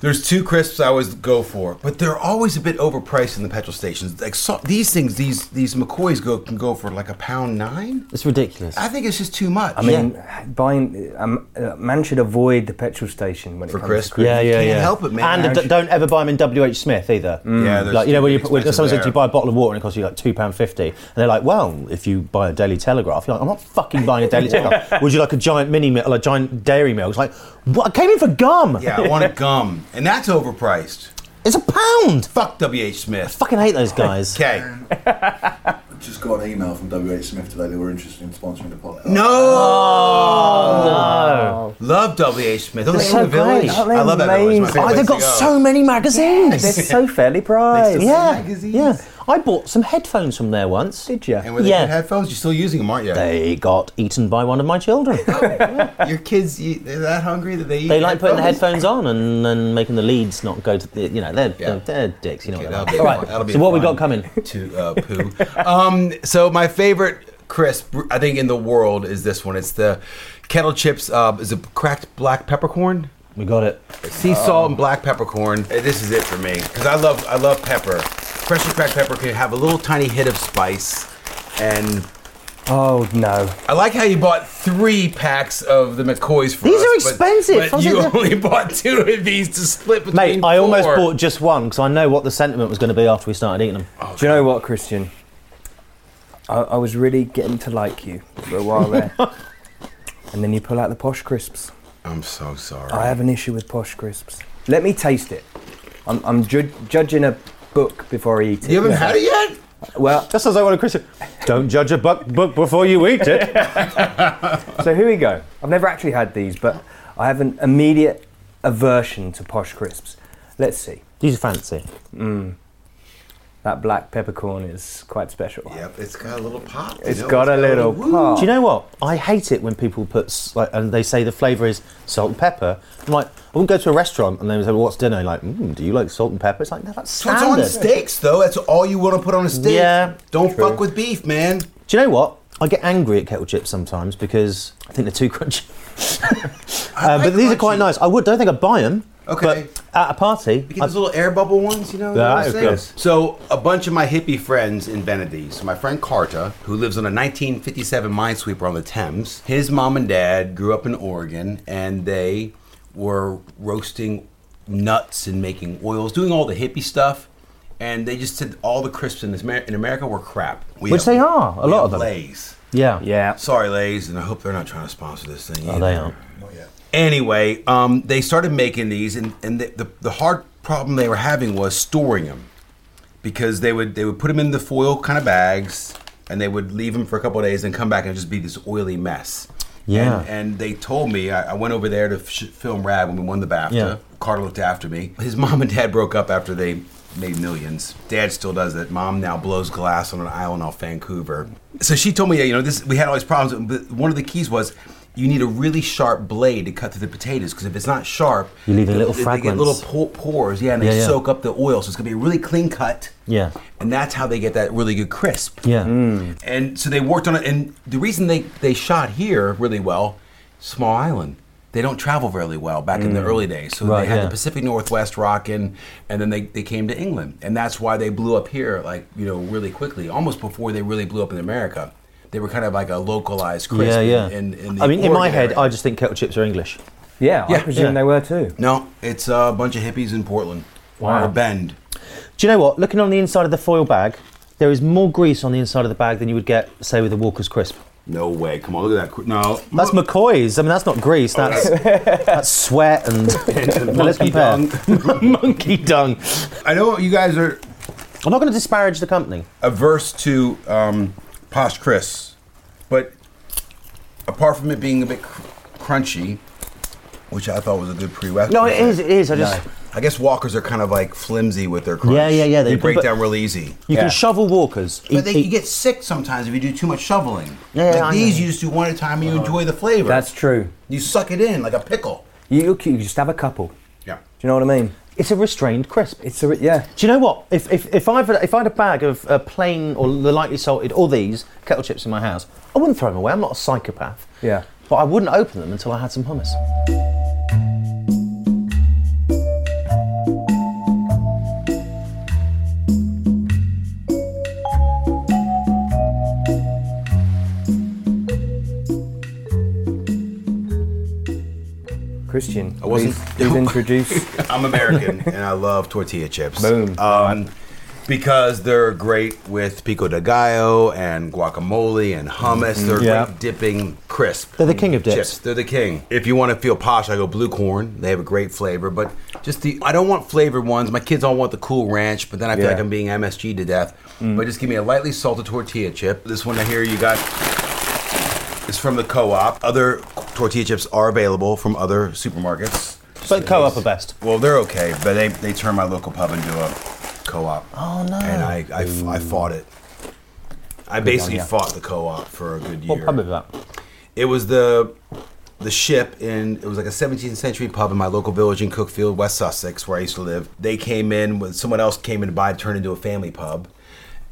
There's two crisps I always go for, but they're always a bit overpriced in the petrol stations. Like so, these things, these these McCoys go can go for like a pound nine.
It's ridiculous.
I think it's just too much.
I mean, buying um, uh, man should avoid the petrol station when it
For
comes
crisp?
to crisp.
Yeah,
yeah,
Can't
yeah.
help it, man. Mm.
And d- don't ever buy them in WH Smith either.
Yeah, there's
like you know when you when
expensive
someone says
there.
to you buy a bottle of water and it costs you like two pound fifty, and they're like, well, if you buy a Daily Telegraph, you're like, I'm not fucking buying a Daily Telegraph. Would you like a giant mini milk, like giant dairy milk? It's like, what? I came in for gum.
yeah, I want gum, and that's overpriced.
It's a pound.
Fuck W. H. Smith.
fucking hate those guys.
(laughs) Okay.
Just got an email from WH Smith today. They were interested in sponsoring the podcast.
No.
Oh,
no. Love W. H. Smith. They're
so great. Aren't they
I love that village. It's my
Oh,
favorite
they've got
place to go.
so many magazines.
They're
(laughs)
so
(laughs)
fairly priced.
yeah, yeah. I bought some headphones from there once.
Did you?
And with
Yeah.
yeah. headphones, you're still using them, aren't you?
They got eaten by one of my children.
Oh. Your kids, you, they're that hungry that they
(laughs)
eat
They like putting the
headphones?
headphones on and, and making the leads not go to the, you know, they're,
Yeah.
they're, they're dicks, you know
Okay,
what they're
that'll be
like. All
fun. That'll
right,
be
so what we
fun.
got coming?
(laughs) to uh, poo. um, so my favorite crisp, I think, in the world is this one. It's the kettle chips. Uh, is it cracked black peppercorn?
We got it.
Sea salt and black peppercorn. Uh, This is it for me because I love I love pepper. Freshly cracked pepper can have a little tiny hit of spice, and
Oh no.
I like how you bought three packs of the McCoys for
These
us,
are
but-
expensive.
But,
Fuck
you
it.
only (laughs) bought two of these to split between.
Mate, I almost
four.
bought just one because I know what the sentiment was going to be after we started eating them.
Oh,
Do you know what, Christian? I, I was really getting to like you for a
(laughs)
while there, and then you pull out the posh crisps.
I'm so sorry.
I have an issue with posh crisps. Let me taste it. I'm, I'm ju- judging a book before I eat it.
you haven't had it yet.
Well,
Just as I want to Christian. Don't judge a book, book before you eat it.
(laughs) so here we go. I've never actually had these, but I have an immediate aversion to posh crisps. Let's see.
These are fancy.
That black peppercorn is quite special.
Yep, it's got a little pop.
It's got a little
Oh.
pop.
Do you know what? I hate it when people put s- like, and they say the flavour is salt and pepper. I'm like, I wouldn't go to a restaurant and they would say, well, "What's dinner?" like, mm, do you like salt and pepper? It's like, no, that's
So it's on
standard.
steaks, though. That's all you want to put on a steak.
Yeah,
Don't
true.
fuck with beef, man.
Do you know what? I get angry at kettle chips sometimes because I think they're too
(laughs)
crunchy.
I
Um,
like
but these are
crunchy.
quite nice. I would don't think I'd buy them.
Okay.
But at a party,
You get
I-
those little air bubble ones, you know?
Yeah,
those
okay.
things. So a bunch of my hippie friends invented these. So my friend Carta, who lives on a 1957 minesweeper on the Thames, his mom and dad grew up in Oregon, and they were roasting nuts and making oils, doing all the hippie stuff. And they just said all the crisps in, this Amer- in America were crap. We
Which they are, a
we
lot
have
of them.
Lay's.
yeah,
Yeah.
Sorry, Lays, and I hope they're not trying to sponsor this thing.
Oh, they aren't.
Not yet. Anyway, um, they started making these, and, and the, the, the hard problem they were having was storing them because they would they would put them in the foil kind of bags, and they would leave them for a couple of days, and come back and just be this oily mess.
Yeah.
And, and they told me I, I went over there to sh- film Rad when we won the BAFTA.
Yeah.
Carter looked after me. His (laughs) mom and dad broke up after they made millions. Dad still does that. Mom now blows glass on an island off Vancouver. So she told me, yeah, you know, this we had all these problems. But one of the keys was you need a really sharp blade to cut through the potatoes because if it's not sharp,
You leave the little
they, They get
fragments.
little po- pores, yeah, and they
Yeah, yeah.
soak up the oil. So it's gonna be a really clean cut.
Yeah.
And that's how they get that really good crisp.
Yeah.
And so they worked on it. And the reason they, they shot here really well, small island. They don't travel really well back in the
Mm.
early days. So
Right,
they had
yeah.
the Pacific Northwest rocking, and then they, they came to England. And that's why they blew up here, like, you know, really quickly, almost before they really blew up in America. They were kind of like a localized crisp.
yeah, yeah.
In, in the
I mean, in my
Oregon
head,
area.
I just think kettle chips are English.
Yeah,
I Yeah. presume they
were too.
No, it's a bunch of hippies in Portland.
Wow.
Or Bend.
Do you know what? Looking on the inside of the foil bag, there is more grease on the inside of the bag than you would get, say, with a Walker's crisp.
No way. Come on, look at that. cr- No.
That's McCoy's. I mean, that's not grease.
(laughs)
That's that's sweat and,
and
Now (laughs) let's
monkey
compare. monkey dung.
I know you guys are.
I'm not going to disparage the company.
averse to um, Posh Chris, but apart from it being a bit cr- crunchy, which I thought was a good prerequisite.
No, it is, it is, I just-
I guess walkers are kind of like flimsy with their crunch.
Yeah, yeah, yeah,
They,
they-
break
but-
down real easy.
You can shovel Walkers.
But
Eat-
they,
eat-
you get sick sometimes if you do too much shoveling.
Yeah,
like
yeah, I
these
know.
you just do one at a time and you enjoy the flavor.
That's true.
you suck it in like a pickle.
You, you can just have a couple.
Yeah.
Do you know what I mean?
It's a restrained crisp.
It's a re- yeah.
Do you know what? If if if I if I had a bag of uh, plain or the lightly salted or these kettle chips in my house, I wouldn't throw them away. I'm not a psychopath.
Yeah.
But I wouldn't open them until I had some hummus.
Christian, I
wasn't-
Please,
(laughs)
please introduce.
I'm American and I love tortilla chips.
Boom.
Um, because they're great with pico de gallo and guacamole and hummus. They're
Yeah.
great dipping crisp.
They're the king of dips.
Chips. They're the king. If you want to feel posh, I go blue corn. They have a great flavor, but just the I don't want flavored ones. My kids all want the cool ranch, but then I feel
Yeah.
like I'm being MSG to death.
Mm.
But just give me a lightly salted tortilla chip. This one here you got is from the co-op. Other tortilla chips are available from other supermarkets.
But co-op are best.
Well, they're okay, but they, they turned my local pub into a co-op.
Oh, no.
And I, I f- I fought it. I basically
on ya.
fought the co-op for a good year.
What pub is that?
It was the the ship in it was like a 17th century pub in my local village in Cookfield, West Sussex, where I used to live. They came in when someone else came in to buy, it, turned into a family pub,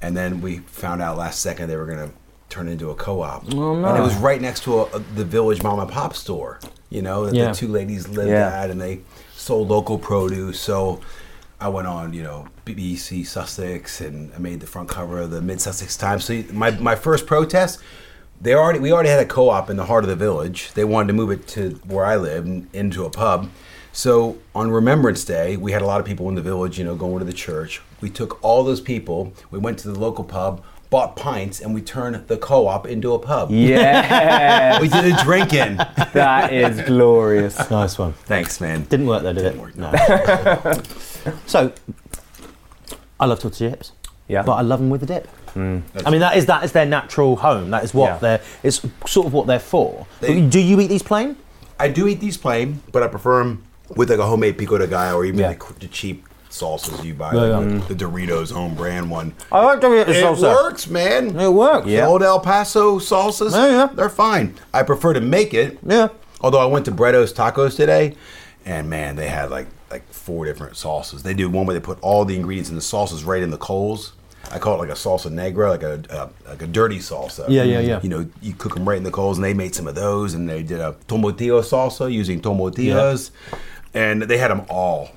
and then we found out last second they were gonna turn into a co-op.
Oh,
And it was right next to a, a- the village mom and pop store. You know, that
Yeah.
the two ladies lived
Yeah.
at, and they sold local produce. So. I went on, you know, BBC Sussex, and I made the front cover of the Mid Sussex Times. So my, my first protest, they already we already had a co-op in the heart of the village. They wanted to move it to where I live and into a pub. So on Remembrance Day, we had a lot of people in the village, you know, going to the church. We took all those people. We went to the local pub, bought pints, and we turned the co-op into a pub.
Yeah,
(laughs) We did a drink in.
that is glorious.
Nice one.
Thanks, man.
Didn't work though, did it?
(laughs) Didn't work, no.
so, I love tortilla chips.
Yeah. Mm.
But I love them with a dip. I mean, that is that is their natural home. That is what
Yeah.
they're. It's sort of what they're for.
They-
Do you eat these plain?
I do eat these plain, but I prefer them with like a homemade pico de gallo or even
Yeah.
the, cr- the cheap salsas you buy,
Yeah,
like
yeah.
the, the Doritos own brand one.
I like to eat the
It
salsa.
works, man.
It works.
The
Yeah.
old El Paso salsas,
Yeah, yeah.
they're fine. I prefer to make it.
Yeah.
Although I went to Bredo's Tacos today, and man, they had like like four different sauces. They do one where they put all the ingredients in the sauces right in the coals. I call it like a salsa negra, like a uh, like a dirty salsa.
Yeah, yeah, yeah.
You know, you cook them right in the coals, and they made some of those, and they did a tomatillo salsa using tomatillas, and they had them all.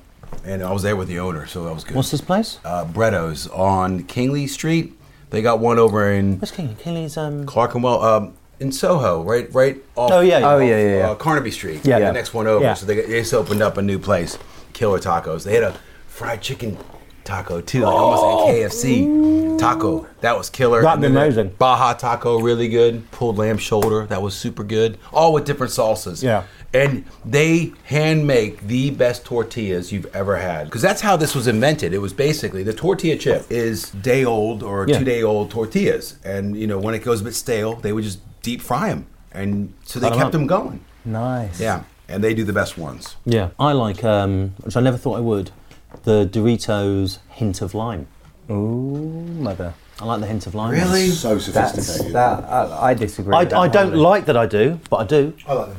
And I was there with the owner, so that was good.
What's this place?
Uh, Bretto's on Kingley Street. They got one over in
What's King? King's um.
Clark and Well, um, in Soho, right, right off.
Oh, yeah, yeah.
off,
Oh,
yeah, yeah, yeah.
Uh, Carnaby Street.
Yeah,
the
yeah.
next one over.
Yeah.
So they, got- they just opened up a new place, Killer Tacos. They had a fried chicken taco too, like almost
Oh.
like a KFC taco. That was killer.
That'd
And
be
then the
amazing.
Baja taco, really good. Pulled lamb shoulder, that was super good. All with different salsas.
Yeah.
And they hand make the best tortillas you've ever had. Because that's how this was invented. It was basically the tortilla chip is day old or
Yeah.
two day old tortillas. And, you know, when it goes a bit stale, they would just deep fry them. And so they
Cut 'em
kept
up.
them going.
Nice.
Yeah. And they do the best ones.
Yeah. I like, um, which I never thought I would, the Doritos hint of lime.
Ooh, mother.
I like the hint of lime.
Really?
So
That's,
sophisticated.
that, I, I disagree.
I,
with that
I don't
wholly.
like that I do, but I do.
I like them.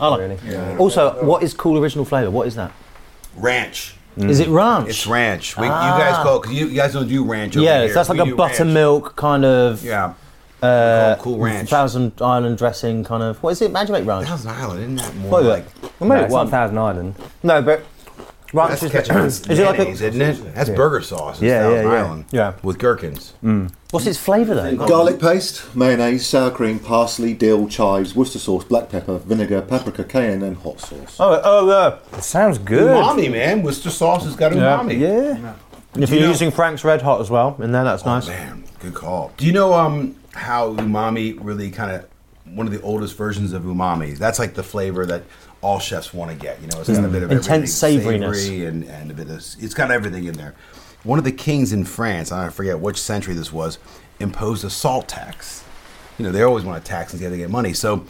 I like
Really?
Yeah.
Also, what is cool original flavour? What is that?
Ranch.
Mm.
Is it ranch?
It's ranch. We, You guys call because you, you guys don't do ranch. Over
Yeah,
here.
so that's
We
like a
do ranch.
buttermilk kind of
Yeah. Uh, cool ranch.
Thousand Island dressing kind of. What is it? How'd you make ranch?
Thousand Island, isn't that more
What is
like?
it? I
No,
made it
it's not
once.
Thousand Island.
No, but ranch
That's
is,
ketchup.
is it like
mayonnaise,
a,
isn't it? That's burger sauce. It's
Yeah, yeah,
Thousand
yeah.
Island.
Yeah.
With gherkins.
what's its flavour though?
Garlic paste, mayonnaise, sour cream, parsley, dill, chives, Worcester sauce, black pepper, vinegar, paprika, cayenne, and hot sauce.
Oh, oh, uh,
It sounds good.
Umami, man. Worcester sauce has got umami.
Yeah.
and if
You
you're
know- Oh,
using Frank's Red Hot as well, in there, that's nice.
Man, good call. Do you know um how umami really kind of one of the oldest versions of umami? That's like the flavor that all chefs want to get. You know, it's got a
Mm.
bit of
Intense
everything,
savoriness.
savory and and a bit of it's got everything in there. One of the kings in France, I forget which century this was, imposed a salt tax. You know, they always want to tax and see how they get money. So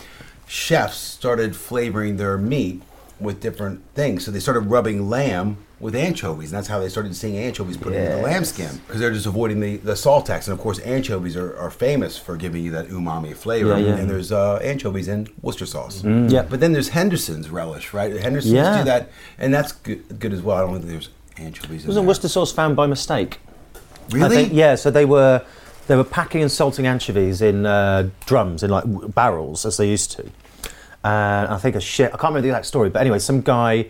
chefs started flavoring their meat with different things. So they started rubbing lamb with anchovies, and that's how they started seeing anchovies put into the lamb skin because they're just avoiding the, the salt tax. And of course, anchovies are, are famous for giving you that umami flavor.
Yeah, yeah.
And there's uh, anchovies in Worcester sauce.
Yeah.
But then there's Henderson's relish, right? Henderson's
Yeah.
do that, and that's good, good as well. I don't think there's anchovies. in
Wasn't
there.
Worcester sauce found by mistake? I
really?
think- yeah, so they were they were packing and salting anchovies in uh, drums in like w- barrels as they used to. And I think a ship. I can't remember the exact story, but anyway, some guy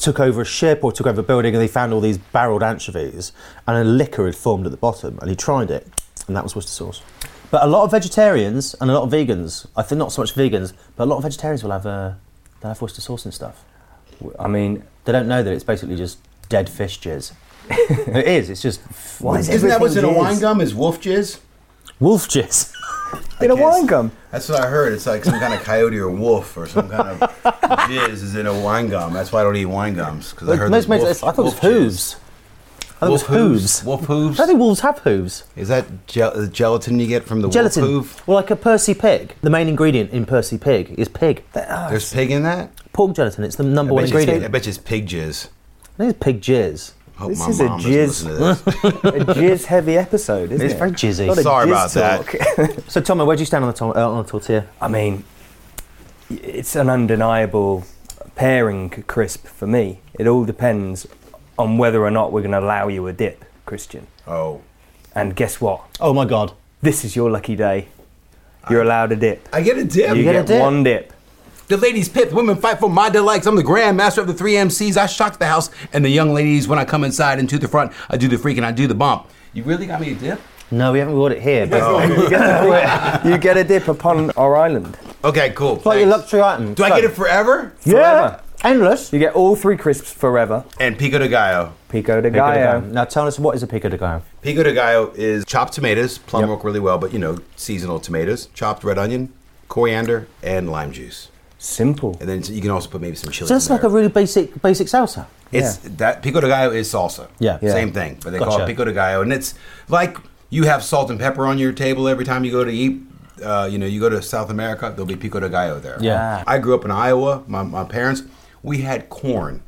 took over a ship or took over a building, and they found all these barreled anchovies, and a liquor had formed at the bottom, and he tried it, and that was Worcester sauce. But a lot of vegetarians and a lot of vegans, I think not so much vegans, but a lot of vegetarians will have uh, they have Worcester sauce and stuff.
I mean,
They don't know that it's basically just dead fish
(laughs)
jizz. it is. It's just
why is
Isn't that what's in a
everything
wine
jizz?
gum? Is wolf jizz?
wolf jizz.
In a
guess.
wine
(laughs)
gum?
That's what I heard. It's like some kind of coyote or wolf or some kind of jizz is in a wine gum. That's why I don't eat wine gums because I
But
heard
most
there's
mates-
wolf-
I thought it was
wolf jizz.
hooves. I thought it was
Wolf
hooves.
Wolf
I
hooves.
don't think wolves have hooves.
Is that gel- the gelatin you get from the
Gelatin.
wolf hoof?
Well, like a Percy pig. The main ingredient in Percy pig is pig.
There's pig in that.
Pork gelatin. It's the number one
I bet, you it's,
ingredient.
I
I
bet you it's pig jizz.
think it's pig jizz.
Hope
This
my
is a
mom
jizz-
doesn't listen to
(laughs)
a jizz
this.
heavy episode, isn't
It's
it?
very jizzy.
Lot of
Sorry
jizz
about that.
talk.
So, Tomo, where do you stand on the, to- uh, on the tortilla?
I mean, it's an undeniable pairing c- crisp for me. It all depends on whether or not we're going to allow you a dip, Christian.
Oh,
And guess what?
Oh my god.
This is your lucky day. You're allowed a dip.
I get a dip.
You
get a
get
dip.
one dip.
The ladies pit, the women fight for my delights. I'm the grand master of the three MCs. I shock the house and the young ladies when I come inside and to the front. I do the freak and I do the bump. You really got me a dip?
No, we haven't got it here. But
You get a dip. You get a dip upon our island.
Okay, cool.
It's like your
thanks.
luxury item.
Do I
So-
get it forever? Oh.
Forever.
(laughs) Endless.
You get all three crisps forever.
And pico de gallo.
Pico de
Pico de
gallo.
gallo. Now tell us what is a pico de gallo?
Pico de gallo is chopped tomatoes. Plum work really well, but you know, seasonal tomatoes. Chopped red onion, coriander, and lime juice.
Simple.
And then you can also put maybe some chili.
So that's
in
like
there.
a really basic basic salsa.
It's that pico de gallo is salsa.
Yeah. Yeah.
Same thing, but they call it
Gotcha.
pico de gallo, and it's like you have salt and pepper on your table every time you go to eat. Uh, you know, you go to South America, there'll be pico de gallo there.
Yeah.
I grew up in Iowa. My, my parents, we had corn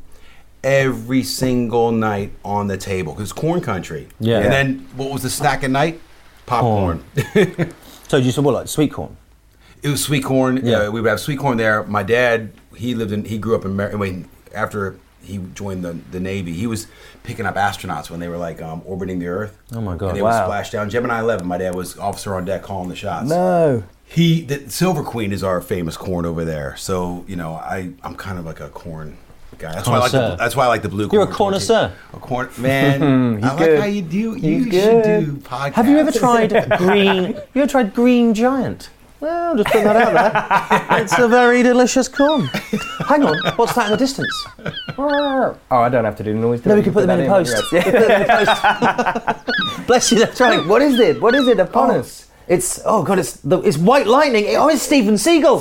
every single night on the table because corn country.
Yeah.
And then what was the snack at night? Popcorn.
So you said what, like sweet corn?
It was sweet corn.
Yeah.
Uh, we would have sweet corn there. My dad, he lived in, he grew up in, Mar- I mean, after he joined the, the Navy, he was picking up astronauts when they were like um, orbiting the Earth.
Oh my God,
And they would
wow.
splash down. Gemini 11, my dad was officer on deck calling the shots.
No.
He, the Silver Queen is our famous corn over there. So, you know, I, I'm kind of like a corn guy. That's why, I like the,
Connoisseur.
that's why I like the blue
You're a
corn
connoisseur.
tortilla. A corn,
(laughs)
man. I like
good.
how you do, you
He's
should
good.
do podcasts.
(laughs) Have you ever tried green? You ever tried Green Giant? Well, I'm just putting that out (laughs) there. It's a very delicious corn. Hang on, what's that in the distance?
Oh, I don't have to do the noise. do
No,
I?
we can put them
that
in the
when
post.
you're ready.
(laughs) Bless you, that's right.
What is it? What is it upon us?
It's oh god, it's the, it's White Lightning. Oh, it's Steven
Steven!
Seagal.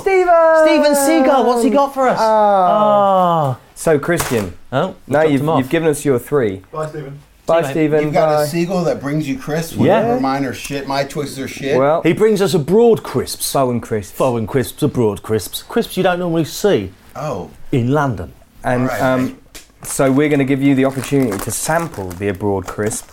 Steven Seagal. What's he got for us? Oh,
So, Christian,
oh
now
dropped
you've,
him off.
you've given us your three.
Bye, Stephen.
Bye,
mate.
Stephen.
You've got
Bye.
a seagull that brings you crisps. Well,
Yeah.
Never mind her shit. My choices are shit.
Well,
He brings us abroad crisps.
Bow and crisps.
Foreign crisps, abroad crisps, crisps you don't normally see
oh,
in London.
And
Alright,
um, so we're going to give you the opportunity to sample the abroad crisp,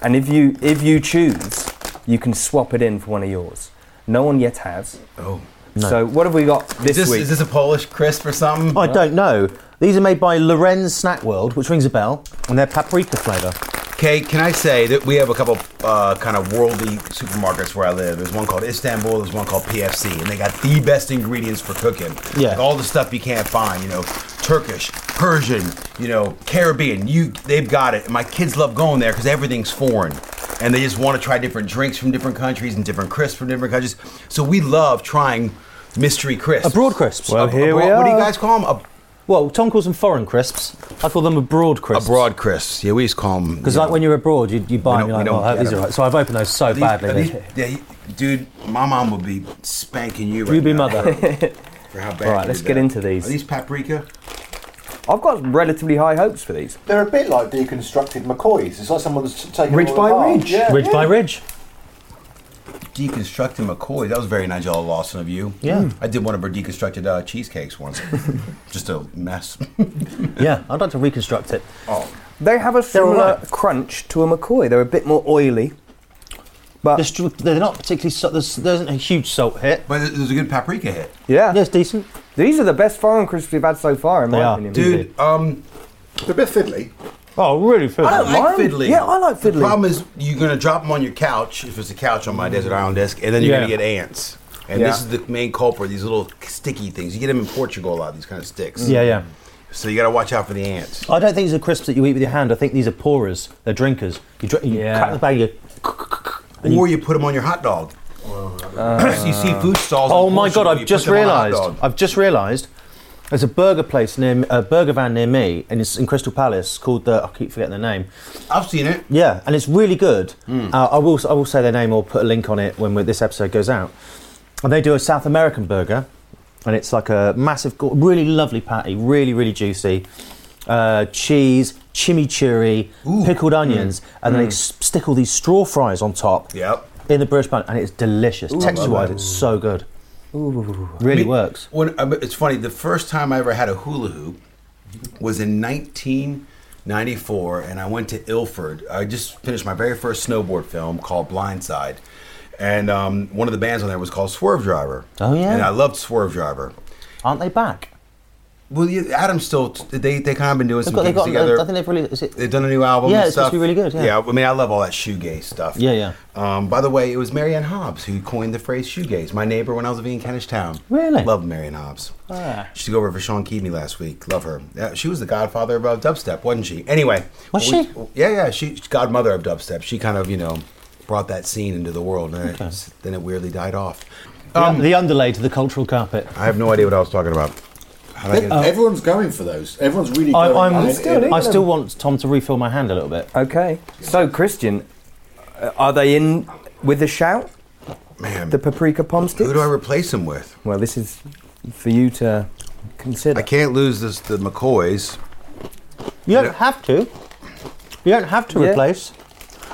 and if you if you choose, you can swap it in for one of yours. No one yet has.
oh.
So what have we got this,
Is this,
week?
is this a Polish crisp or something?
Oh, I don't know. These are made by Lorenz Snack World, which rings a bell, and they're paprika flavour.
Okay, can I say that we have a couple uh, kind of worldly supermarkets where I live. There's one called Istanbul, there's one called PFC, and they got the best ingredients for cooking.
Yeah.
Like all the stuff you can't find, you know, Turkish, Persian, you know, Caribbean. You, they've got it. And my kids love going there because everything's foreign, and they just want to try different drinks from different countries and different crisps from different countries. So we love trying mystery crisps.
Abroad crisps.
Well, here we
What do you
are.
guys call them?
Well, Tom calls them foreign crisps. I call them abroad crisps.
Abroad crisps. Yeah, we just call them.
Because like when you're abroad, you, you buy
We
them. You're
don't-
like, oh,
we don't
I hope
get
these are
them.
right. So I've opened those so
These-
badly.
are
they're-
these- they- dude, my mom would be spanking you right
You be
now
mother.
For, (laughs) for how bad
All right,
you
let's
did
get
that.
into these.
Are these paprika?
I've got relatively high hopes for these.
They're a bit like deconstructed McCoys. It's like someone's taken
Ridge
them
Oh,
by
apart.
ridge.
Yeah,
Ridge
yeah.
by ridge.
Deconstructed McCoy. That was very Nigella Lawson of you.
Yeah.
Hmm.
Mm.
I did one of her deconstructed uh, cheesecakes
(laughs)
once. Just a mess. (laughs)
Yeah, I'd like to reconstruct it.
oh.
They have a
all
similar
right.
crunch to a McCoy. They're a bit more oily, but
They're str- They're not particularly. sa- There's, there isn't a huge salt hit.
But it was a good paprika hit.
yeah,
That's decent.
these are the best foreign crisps we've had so far, in
They
my
are.
opinion.
Dude, um,
They're a bit fiddly.
Oh, really?
I don't like
Mine-
fiddly.
yeah, I like
The
fiddly.
problem is you're going to drop them on your couch, if it's a couch on my desert island desk, and then you're going
Yeah.
to get ants. And this is
Yeah.
the main culprit, these little sticky things. You get them in Portugal a lot, these kind of sticks.
Yeah, yeah.
So you got to watch out for the ants.
I don't think these are crisps that you eat with your hand. I think these are pourers. They're drinkers. You, dr- you
Yeah.
crack the bag. You,
or you put them on your hot dog. you see food stalls.
Uh, oh
in
my
Portugal,
god!
you
I've
put
just
them on a hot
realised.
dog.
I've just realised. There's a burger place near a burger van near me, and it's in Crystal Palace called the. I keep forgetting the name.
I've seen it.
Yeah, and it's really good.
Hmm.
Uh, I will I will say their name or put a link on it when we- this episode goes out. And they do a South American burger, and it's like a massive, go- really lovely patty, really really juicy, uh, cheese, chimichurri, pickled onions, and then they s- stick all these straw fries on top
Hmm. Yep.
in the British bun, and it's delicious. Texture wise, it's so good. Really
Me-
works.
When I- it's funny, the first time I ever had a hula hoop was in 1994, and I went to Ilford. I just finished my very first snowboard film called Blindside, and um, one of the bands on there was called Swerve Driver.
Oh, yeah.
and I loved Swerve Driver.
Aren't they back?
Well, yeah, Adam's still. They they kind of been doing
They've
some
got, they've
gigs
got,
together.
I think they've really. Is it,
They've done a new album.
Yeah,
and
it's supposed to be
stuff.
really good, yeah.
I mean, I love all that shoegaze stuff.
Yeah, yeah.
Um, by the way, it was Marianne Hobbs who coined the phrase shoegaze. My neighbor when I was living in Kentish Town.
Really?
Love Marianne Hobbs.
Ah.
She took over for Sean Keaveney last week. Love her. Yeah, she was the godfather of uh, dubstep, wasn't she? Anyway.
Was
we-
she?
yeah, yeah. She's godmother of dubstep. She kind of, you know, brought that scene into the world, and then it, then it weirdly died off. Um,
the underlay to the cultural carpet.
I have no idea what I was talking about. How did I get
Everyone's going for those. Everyone's really
I,
going.
I'm,
and it- it-
I still want Tom to refill my hand a little bit.
Okay. So, Christian, uh, are they in with a shout?
uh,
Man,
The paprika pom sticks?
who do I replace him with?
well, this is for you to consider.
I can't lose this the McCoys.
You
Yeah.
don't have to. You don't have to
Yeah.
replace.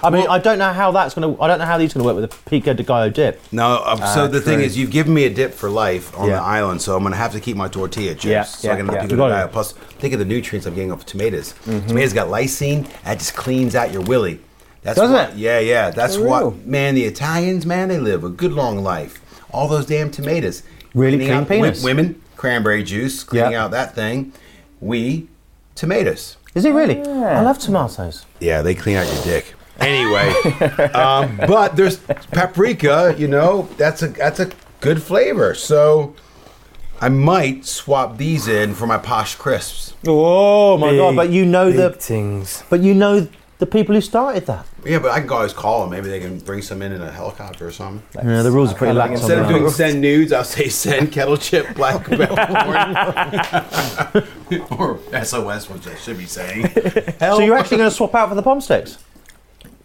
I mean, I don't know how that's going to. I don't know how these going to work with the pico de gallo dip.
No, um, so the thing is, you've given me a dip for life on
Ah, Yeah.
the island, so I'm gonna have to keep my tortilla chips.
Yeah,
so
yeah,
I can
yeah.
pick
Got
up the
it. Mm-hmm.
diet. Plus, think of the nutrients I'm getting off of tomatoes. Tomatoes got lysine. That just cleans out your willy. That's
Does
why-
it?
Yeah, yeah. That's
For real?
what man. The Italians, man, they live a good long life. All those damn tomatoes.
Really
Cleaning
clean
out wi-
penis.
Women, cranberry juice, cleaning
Yeah.
out that thing. We, tomatoes.
Is it really? I love tomatoes.
Yeah, they clean out your dick. Anyway, um, but there's paprika. You know, that's a that's a good flavor. So I might swap these in for my posh crisps.
Oh my god! But you know the.
things.
But you know the people who started that.
Yeah, but I can always call them. Maybe they can bring some in in a helicopter or something.
Yeah, the rules are pretty lax. on
Instead of
that.
doing send nudes, I'll say send kettle chip black (laughs) or SOS, which I should be saying.
so you're actually going to swap out for the Pomsticks?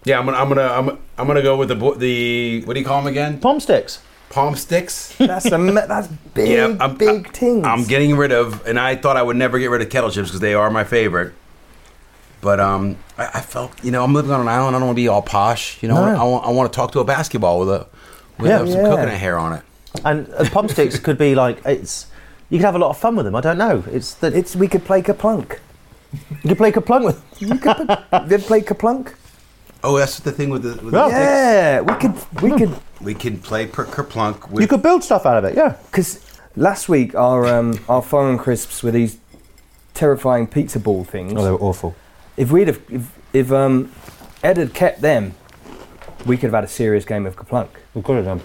Yeah, I'm gonna, I'm gonna, I'm, I'm gonna go with the bo- the what do you call them again?
Palm sticks.
Palm sticks.
That's a me- that's big,
I'm,
big things.
I'm getting rid of, and I thought I would never get rid of kettle chips because they are my favorite. But um, I, I felt you know I'm living on an island. I don't want to be all posh. You know, I,
No.
want, I want to talk to a basketball with a with
Yeah.
uh, some
Yeah.
coconut hair on it.
And uh, pump sticks could be like it's. You could have a lot of fun with them. I don't know. It's the
It's we could play Kaplunk.
you could play Kaplunk with.
You could play, play Kaplunk.
Oh, that's the thing with the. With
Yeah.
the sticks.
Yeah, we could we could
We can play per- kerplunk with.
You could build stuff out of it. Yeah.
because last week our um, our foreign crisps were these terrifying pizza ball things.
Oh, they were awful.
If we'd have if, if um, Ed had kept them, we could have had a serious game of Kaplunk.
We could have done.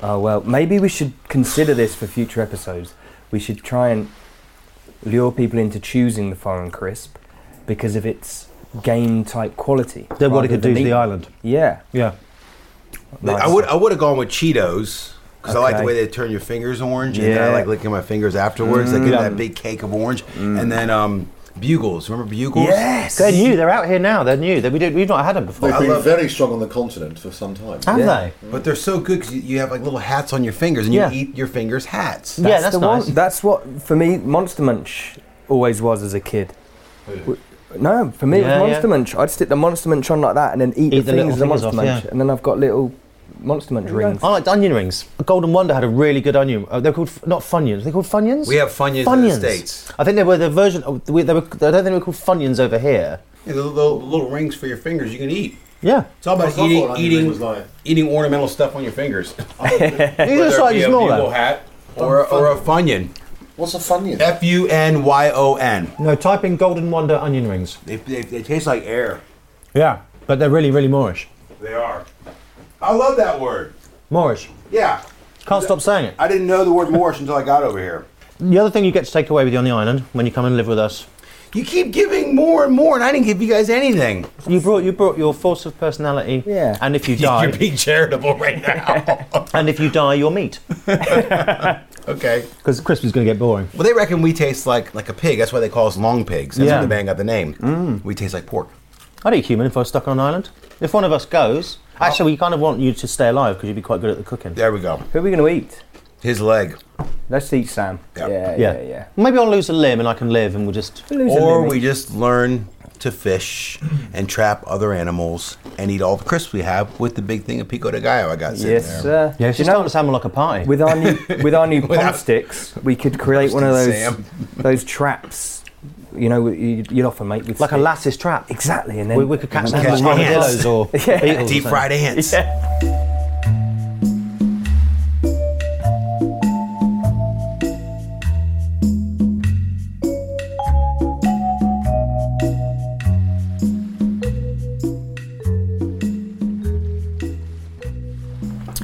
Oh well, maybe we should consider this for future episodes. We should try and lure people into choosing the foreign crisp because of its game type quality.
Then what
rather
it could do
than
to the
eat-
island.
Yeah.
Yeah.
I would I would have gone with Cheetos because I like the
Okay.
way they turn your fingers orange, and then I
Yeah. Mm.
like licking my fingers afterwards. They get that big cake of orange, and then um, bugles. Remember bugles?
Yes.
They're new. They're out here now. They're new. They, we did, we've not had them before.
They've been
love-
very strong on the continent for some time.
Have they?
But they're so good because you, you have like little hats on your fingers, and you
Yeah.
eat your fingers hats.
yeah, that's
the
nice.
One, that's what for me Monster Munch always was as a kid. W- No, for me
Yeah,
it was Monster
yeah.
Munch. I'd stick the Monster Munch on like that and then eat,
Eat
the,
the little
things of the
fingers
Monster
off,
Munch,
yeah.
and then I've got little Monster Munch rings.
I liked onion rings. Golden Wonder had a really good onion. Uh, they're called f- not funyuns. They're called funyuns.
We have Funyuns in the States.
I think they were the version. Of, we- they were, I don't think they were called funyuns over here.
Yeah, the little, little rings for your fingers you can eat.
Yeah.
It's all about
That's not
eating
what onion ring
eating,
was like.
eating ornamental stuff on your fingers.
These are slightly
a (laughs) bugle
smaller.
hat or a, or a Funyun.
What's a funyun?
F U N Y O N.
No, type in Golden Wonder onion rings.
They, they, they taste like air.
Yeah, but they're really, really Moorish.
They are. I love that word.
Moorish.
Yeah.
Can't stop saying it.
I didn't know the word Moorish until I got over here.
The other thing you get to take away with you on the island when you come and live with us,
You keep giving more and more, and I didn't give you guys anything.
you brought you brought your force of personality.
Yeah.
And
(laughs)
if you
You're
die,
being charitable right now. (laughs)
and if you die, you'll
(laughs)
meet.
okay.
Because Crispy's going to get boring.
Well, they reckon we taste like like a pig. That's why they call us long pigs. That's
Yeah.
where the band got the name.
Mm.
We taste like pork.
I'd eat human if I was stuck on an island. If one of us goes, actually, we kind of want you to stay alive because you'd be quite good at the cooking.
There we go.
Who are we going to eat?
His leg.
Let's eat Sam.
Yeah.
Yeah,
Yeah.
yeah, yeah.
Maybe I'll lose a limb and I can live, and we'll just.
Lose a
Or
limb.
we just learn to fish and trap other animals and eat all the crisps we have with the big thing of pico de gallo I got sitting
Yes,
there.
sir.
Yeah, it's
Do you
just
know,
starting to sound like a party.
with our (laughs) new with our new
Without-
pump sticks, we could create one of those
Sam.
(laughs) those traps. You know, you, you'd often make with
like a
sticks.
lattice trap.
Exactly, and then
We, we could catch
and then
them
catch
like armadillos
ants.
(laughs)
or beetles or
Deep
something.
fried ants.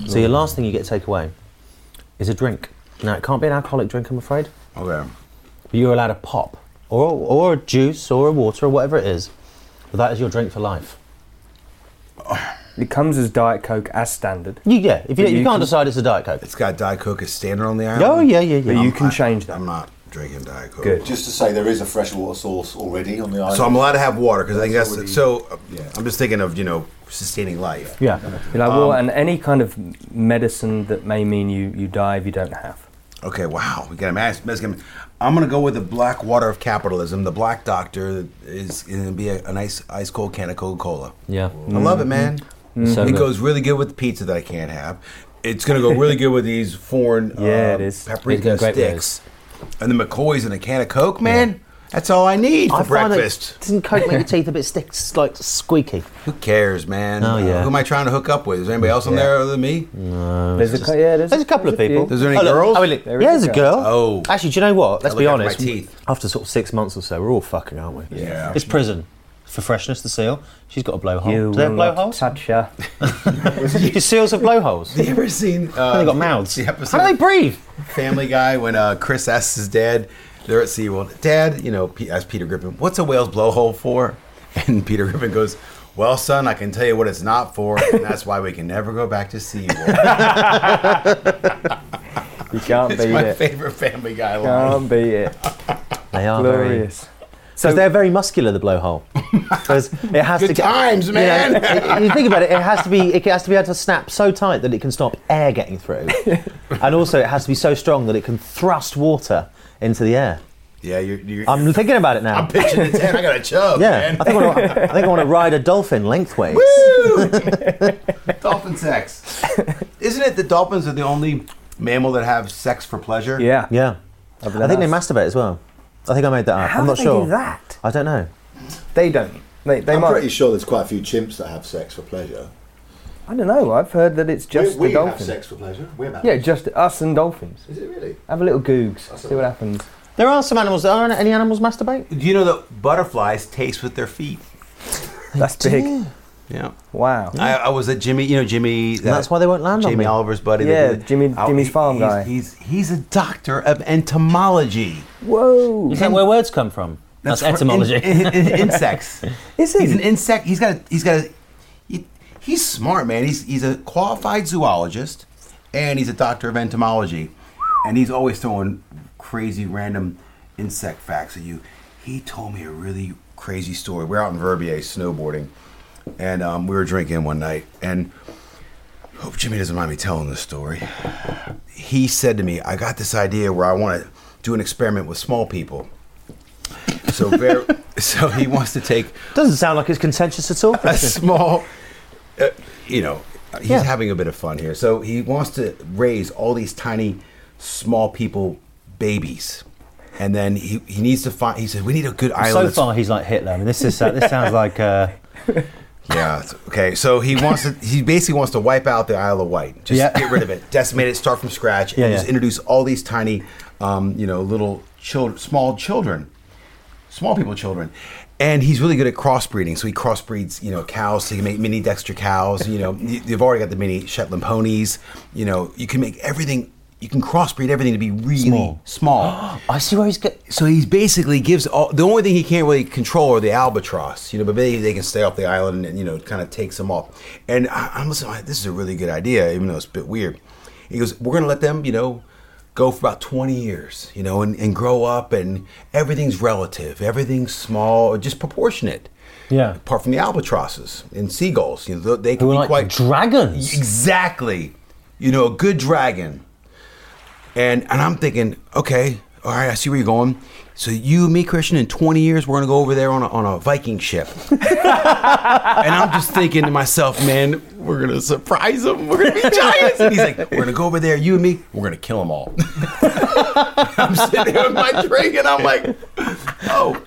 So your last thing you get to take away is a drink. Now it can't be an alcoholic drink, I'm afraid.
Okay.
But you're allowed a pop, or or a juice, or a water, or whatever it is. But that is your drink for life.
It comes as Diet Coke as standard,
You, yeah, if you,
But
you,
you
can't
can-
decide it's a diet coke.
It's got Diet Coke as standard on the island.
Oh yeah, yeah, yeah.
but you can change that.
I'm not drinking Diet Coke.
Good.
Just to say, there is a freshwater source already on the island.
So I'm allowed to have water because I think that's
already-
so. uh, I'm just thinking of you know sustaining life.
yeah.
You're like,
Um,
well, and any kind of medicine that may mean you, you die if you don't have.
Okay, wow, we got a mass. mass I'm gonna go with the black water of capitalism. The black doctor is gonna be a, a nice ice cold can of Coca Cola.
Yeah. Mm-hmm.
I love it, man.
So
it
good.
goes really good with the pizza that I can't have. It's gonna go really good with these
(laughs)
foreign
Yeah,
uh,
it is.
It's gonna
paprika
go great with
sticks, and the McCoys and a can of Coke, man. That's all I need for
I find
breakfast.
That, doesn't coke make your teeth a bit stick, like squeaky?
Who cares, man?
Oh, yeah. Mm.
Who am I trying to hook up with? Is there anybody else on there other than me? (laughs)
There's a, cou- yeah, there's,
There's a couple of
there's
people.
few.
Is there any
look,
girls?
oh, wait,
There
yeah,
is
there's
a
a girl.
Oh.
Actually, do you know what? Let's
I
be
look after my
honest.
teeth.
After sort of six months or so, we're all fucking, aren't we?
Yeah.
It's prison. For freshness, the seal. She's got a blowhole.
You
Do they have
will not
blowholes?
touch
(laughs)
her.
Do seals have blowholes?
You ever seen? Uh,
they got mouths.
(laughs) The episode
How do they breathe?
Family Guy when uh, Chris asks his dad, they're at (laughs) SeaWorld, Dad, you know, P- asks Peter Griffin, what's a whale's blowhole for? And Peter Griffin goes, Well, son, I can tell you what it's not for, and that's why we can never go back to (laughs) SeaWorld.
You can't
it's
beat
my
it.
favorite Family Guy line.
Can't beat
(laughs)
it.
They are
Glorious.
So they're very muscular, the blowhole. 'Cause it has
Good
to get,
times,
you
man.
know, (laughs) it- you think about it, it has to be it has to be able to snap so tight that it can stop air getting
(laughs)
through, and also it has to be so strong that it can thrust water into the air.
Yeah, you're. you're I'm,
I'm thinking about it now.
pitching its head. I got a chub,
yeah,
man. (laughs)
I think, I, wanna, I think I want to ride a dolphin lengthways.
Dolphin sex. Isn't it the dolphins are the only mammal that have sex for pleasure?
Yeah.
Yeah, I
been
think they
asked.
masturbate as well. I think I made that up.
How
I'm
do
not
they
sure.
do that?
I don't know.
They don't. They, they
I'm
might.
pretty sure there's quite a few chimps that have sex for pleasure.
I don't know. I've heard that it's just
we
the
we have
dolphins.
sex for pleasure. We're about
Yeah, just us and dolphins.
Is it really?
Have a little googs. See what happens.
There are some animals. Are any animals masturbate?
Do you know that butterflies taste with their feet?
That's big.
Yeah.
Wow.
I, I was at Jimmy, you know Jimmy. that-
that's why they won't land on
Jamie
me.
Oliver's buddy.
Yeah,
that did it.
Jimmy- Jimmy's farm
he's,
guy.
He's he's a doctor of entomology.
Whoa.
Is that where words come from? That's,
for
etymology.
in-
(laughs)
in- in- insects.
Is he?
He's an insect. He's got. A, he's got. A, he, he's smart, man. He's he's a qualified zoologist, and he's a doctor of entomology, and he's always throwing crazy random insect facts at you. He told me a really crazy story. We're out in Verbier snowboarding, and um, we were drinking one night, and hope Jimmy doesn't mind me telling this story. He said to me, "I got this idea where I want to do an experiment with small people." So very, (laughs) so he wants to take
Doesn't sound like it's contentious at all.
a small, uh, you know, he's
Yeah.
having a bit of fun here. So he wants to raise all these tiny, small people babies, and then he, he needs to find. He said, "We need a good island."
so
that's-
far, he's like Hitler. I mean, this is this (laughs) sounds like uh,
Yeah. it's- Okay. So he wants to. He basically wants to wipe out the Isle of Wight. Just
Yeah.
get rid of it, decimate it, start from scratch, and
Yeah,
just
yeah.
introduce all these tiny, um, you know, little children, small children, small people children. And he's really good at crossbreeding, so he crossbreeds, you know, cows. So he can make mini Dexter cows. You know, you- you've already got the mini Shetland ponies. You know, you can make everything. You can crossbreed everything to be really
Small. (gasps)
small.
I see where he's go-
So he's basically gives all the only thing he can't really control are the albatross, you know. But maybe they can stay off the island and you know, kind of takes them off. And I, I'm listening. like, This is a really good idea, even though it's a bit weird. He goes, "We're gonna let them, you know, go for about 20 years, you know, and, and grow up, and everything's relative, everything's small, just proportionate.
yeah.
Apart from the albatrosses and seagulls, you know, they can
Who
be
are like
quite
dragons.
Exactly. You know, a good dragon. And and I'm thinking, okay, all right, I see where you're going. So you, me, Christian, in 20 years, we're gonna go over there on a, on a Viking ship. and I'm just thinking to myself, man, we're gonna surprise him. We're gonna be giants. And he's like, we're gonna go over there, you and me. We're gonna kill them all. (laughs) I'm sitting there with my drink, and I'm like, oh,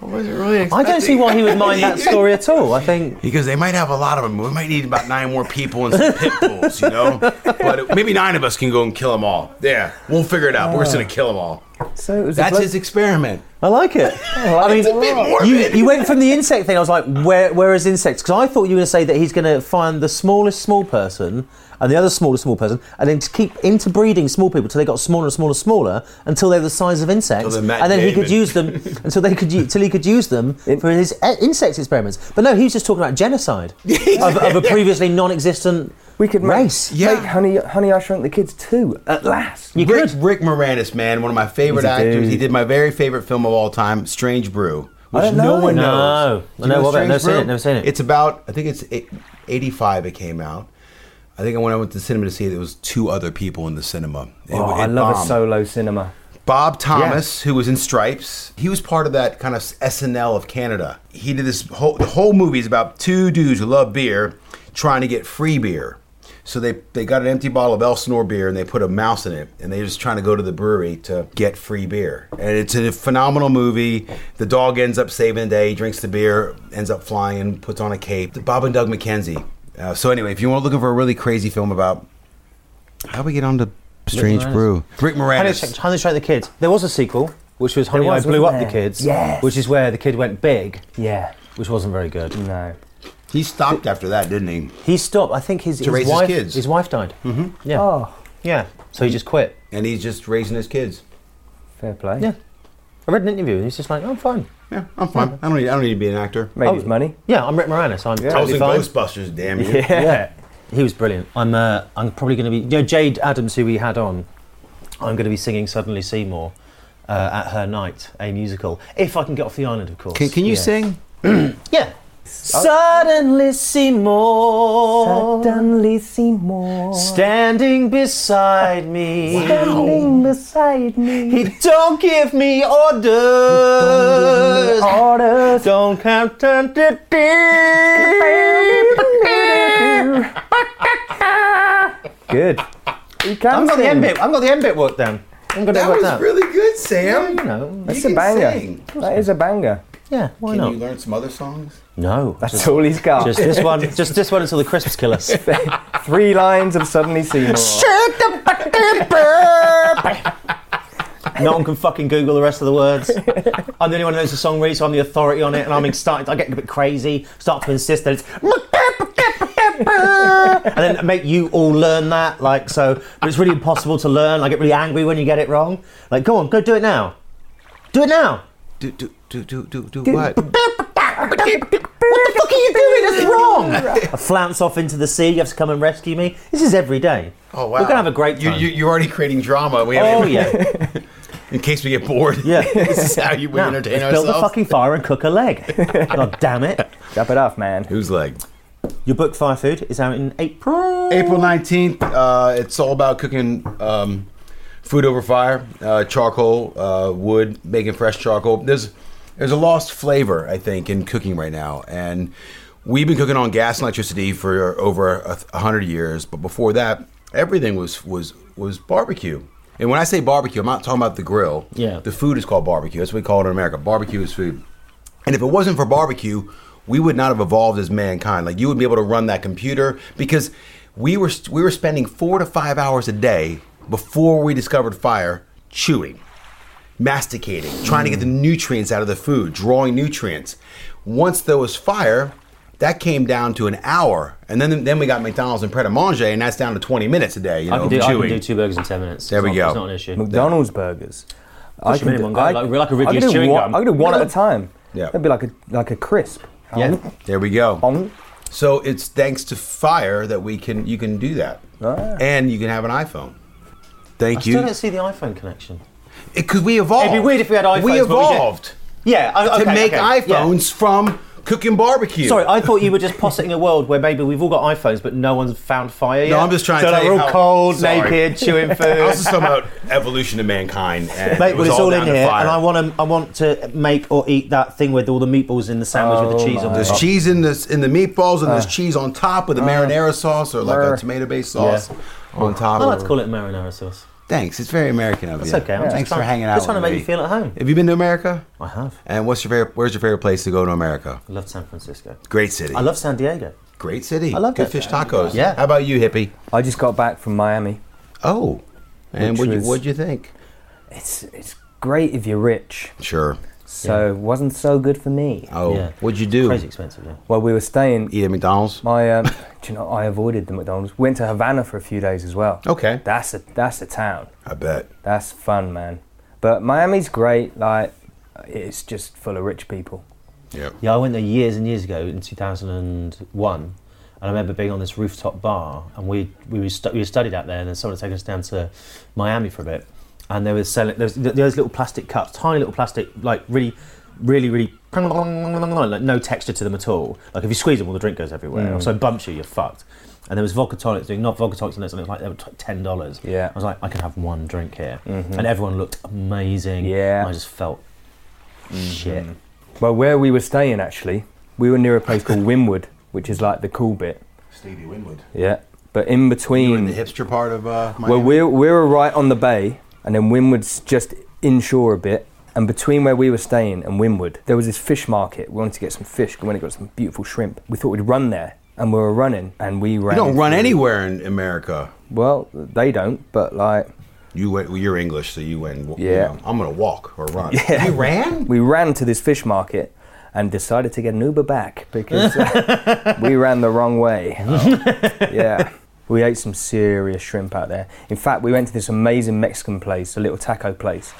I wasn't really.
I don't see why he would mind that story at all. I think
Because they might have a lot of them. We might need about nine more people and some pit (laughs) bulls, you know? But it- maybe nine of us can go and kill them all. Yeah, we'll figure it out. We're just going to kill them all.
So it was
Ah. That's
a
his experiment.
I like it. Oh, I mean,
a bit morbid.
you, you went from the insect thing. I was like, where where is insects? Because I thought you were going to say that he's going to find the smallest small person and the other smallest small person, and then to keep interbreeding small people till they got smaller and smaller and smaller until they were the size of insects,
Till they're Matt
and then he could
Damon.
use
(laughs)
them until they could u- till he could use them for his e- insect experiments. But no, he was just talking about genocide
(laughs)
of, of a previously non-existent
We could make,
race.
Yeah.
make honey, honey, I shrunk the kids too. At last.
You
Rick,
could.
Rick Moranis, man, one of my favorite
He's a
actors.
dude.
He did my very favorite film of all time, Strange Brew, which
don't
no
know.
one
No.
knows.
I
Do you
know of it.
what Strange
Never seen
Brew?
it. Never seen it.
It's about, I think it's eight- 85 it came out. I think when I went to the cinema to see it, there was two other people in the cinema. It-
Oh,
it
I love a
bombed.
solo cinema.
Bob Thomas, who was in Stripes, he was part of that kind of SNL of Canada. He did this whole the whole movie is about two dudes who love beer trying to get free beer. So they, they got an empty bottle of Elsinore beer and they put a mouse in it and they're just trying to go to the brewery to get free beer. And it's a phenomenal movie. The dog ends up saving the day, He drinks the beer, ends up flying, puts on a cape. Bob and Doug McKenzie. Uh, so anyway, if you want looking for a really crazy film about how we get on to Strange
Moranis.
Brew, Rick
Honey,
Moranis.
Shrunk- Honey Shrunk the Kids. There was a sequel, which was Honey,
was,
I Blew Up
wasn't
the
there?
Kids,
Yes.
which is where the kid went big,
Yeah.
which wasn't very good.
No.
He stopped after that, didn't he?
He stopped. I think his, his
raise his
wife
kids.
his wife died. Mm-hmm. Yeah,
Oh,
yeah. So he just quit.
And he's just raising his kids.
fair play.
Yeah. I read an interview and he's just like, "Oh, "I'm fine."
Yeah, I'm fine. I don't need. I don't need to be an actor. Oh.
Made
Oh.
his money.
Yeah, I'm Rick Moranis. I'm
Yeah. I was
totally
in
fine.
Ghostbusters, damn you.
(laughs) Yeah. he was brilliant. I'm. Uh, I'm probably going to be. You know, Jade Adams, who we had on. I'm going to be singing "Suddenly Seymour" uh, at her night, a musical, if I can get off the island, of course.
Can, can you
Yeah.
sing?
Yeah. Suddenly Seymour,
Suddenly (laughs) Seymour.
standing beside me.
Standing beside
He
me.
don't give me orders.
Orders.
Don't count down to deep.
Good. You can
I've got the
sing.
end bit. I've got the end bit worked down. I'm gonna
That
work
was
that.
really good, Sam.
You know,
That's
You
a
can
banger.
sing.
That is a banger.
yeah. Why
Can
not?
you learn some other songs?
(laughs) No.
That's all he's got.
Just this one. Just this one until the crisps kill us.
(laughs) Three lines of Suddenly Seymour.
no one can fucking Google the rest of the words. I'm the only one who knows the song really, so I'm the authority on it, and I'm excited. I get a bit crazy, start to insist that it's. and then make you all learn that, like so. But it's really impossible to learn. I get really angry when you get it wrong. Like, go on, go do it now. Do it now.
Do do do do do do what?
What the fuck are you doing? That's wrong. I flounce off into the sea. You have to come and rescue me. This is every day.
Oh wow!
We're gonna have a great time.
You, you, you're already creating drama. We
oh
(laughs) have,
yeah,
In case we get bored.
yeah.
(laughs) this is how you we
Now,
entertain
let's build a
ourselves.
fucking fire and cook a
(laughs)
leg. God damn it.
Wrap it up, man.
Who's like
Your book, Fire Food, is out in April.
April nineteenth? Uh, it's all about cooking um, food over fire, uh, charcoal, uh, wood, making fresh charcoal. There's there's a lost flavor, I think, in cooking right now, and we've been cooking on gas and electricity for over a th- a hundred years. But before that, everything was was was barbecue. And when I say barbecue, I'm not talking about the grill.
Yeah.
The food is called barbecue. That's what we call it in America. Barbecue is food. And if it wasn't for barbecue, we would not have evolved as mankind. Like you would be able to run that computer because we were we were spending four to five hours a day before we discovered fire chewing, masticating, trying to get the
Mm.
nutrients out of the food, drawing nutrients. Once there was fire, that came down to an hour, and then then we got McDonald's and Pret a Manger, and that's down to twenty minutes a day. You know,
I can, do,
of
I can
chewing.
do two burgers in 10 minutes.
There
it's
we
not,
go.
It's not an issue.
McDonald's burgers. I
them in one go, like- like a Ridley's
I could do
chewing
one,
gum.
I could do one at a time.
Yeah.
That'd be like a like a crisp.
Yeah.
There we go.
Um,
So it's thanks to fire that we can you can do that,
Ah.
and you can have an iPhone. Thank
I
you.
still don't see the iPhone connection.
Because we evolved.
It'd be weird if we had iPhones, but we
We
did-
evolved
Yeah, I,
to make iPhones from cooking barbecue.
Sorry, I thought you were just positing a world where maybe we've all got iPhones, but no one's found fire yet.
No, I'm just trying
so
to
like
tell
we're
you
all
how-
cold,
sorry.
naked,
(laughs)
chewing food.
I was just talking about evolution of mankind. And
Mate,
it
well,
was
it's all, in
down to
here,
fire.
and I want to. I want to make or eat that thing with all the meatballs in the sandwich with the
Oh
cheese on
my
There's
top.
cheese in this in the meatballs, and
Ah.
there's cheese on top with a marinara sauce or like
brr.
a tomato-based sauce on top.
I like to Oh, call it marinara sauce.
Thanks. It's very American of
That's
you.
okay. I'm just
Thanks
trying-
for hanging out.
just trying to
with
make
me.
you feel at home.
Have you been to America?
I have.
And what's your favorite? Where's your favorite place to go to America?
I love San Francisco.
Great city.
I love San Diego.
Great city.
I love
good
that.
fish tacos.
Yeah.
How about you, hippie?
I just got back from Miami.
Oh. And
Which
what you
was-
what'd you think?
It's it's great if you're rich.
Sure.
So it wasn't so good for me.
Oh.
Yeah.
What'd you do?
Crazy expensive, yeah.
Well, we were staying.
Eat at McDonald's.
My, um, do you know, I avoided the McDonald's. Went to Havana for a few days as well.
Okay.
That's a that's a town.
I bet.
That's fun, man. But Miami's great. Like, it's just full of rich people.
Yeah.
Yeah, I went there years and years ago in 2001, and I remember being on this rooftop bar, and we we were, stu- we were studied out there, and then someone had taken us down to Miami for a bit, and they were selling there was, th- those little plastic cups, tiny little plastic, like really, really, really. Like no texture to them at all. Like if you squeeze them, all the drink goes everywhere.
Hmm.
So it bumps you, you're fucked. And there was vodka tonics doing not vodka tonics, and it was like they were t- ten dollars.
Yeah. Mm-hmm.
I was like, I can have one drink here, and everyone looked amazing.
Yeah. Mm-hmm.
and I just felt shit.
Well, where we were staying actually, we were near a place
(laughs)
called Wynwood, which is like the cool bit.
Stevie Winwood.
Yeah. But in
You in the
between,
hipster part of uh Miami?
well, we we were right on the bay, and then Wynwood's just inshore a bit. And between where we were staying and Wynwood, there was this fish market. We wanted to get some fish. We went and got some beautiful shrimp. We thought we'd run there, and we were running, and we
You
ran.
don't run
through-
anywhere in America.
Well, they don't, but like
You went well, you're English, so you went well, you
Yeah.
know, I'm gonna walk or run.
Yeah.
You ran?
we ran to this fish market and decided to get an Uber back because
(laughs)
uh, we ran the wrong way. (laughs) yeah. We ate some serious shrimp out there. In fact, we went to this amazing Mexican place, a little taco place,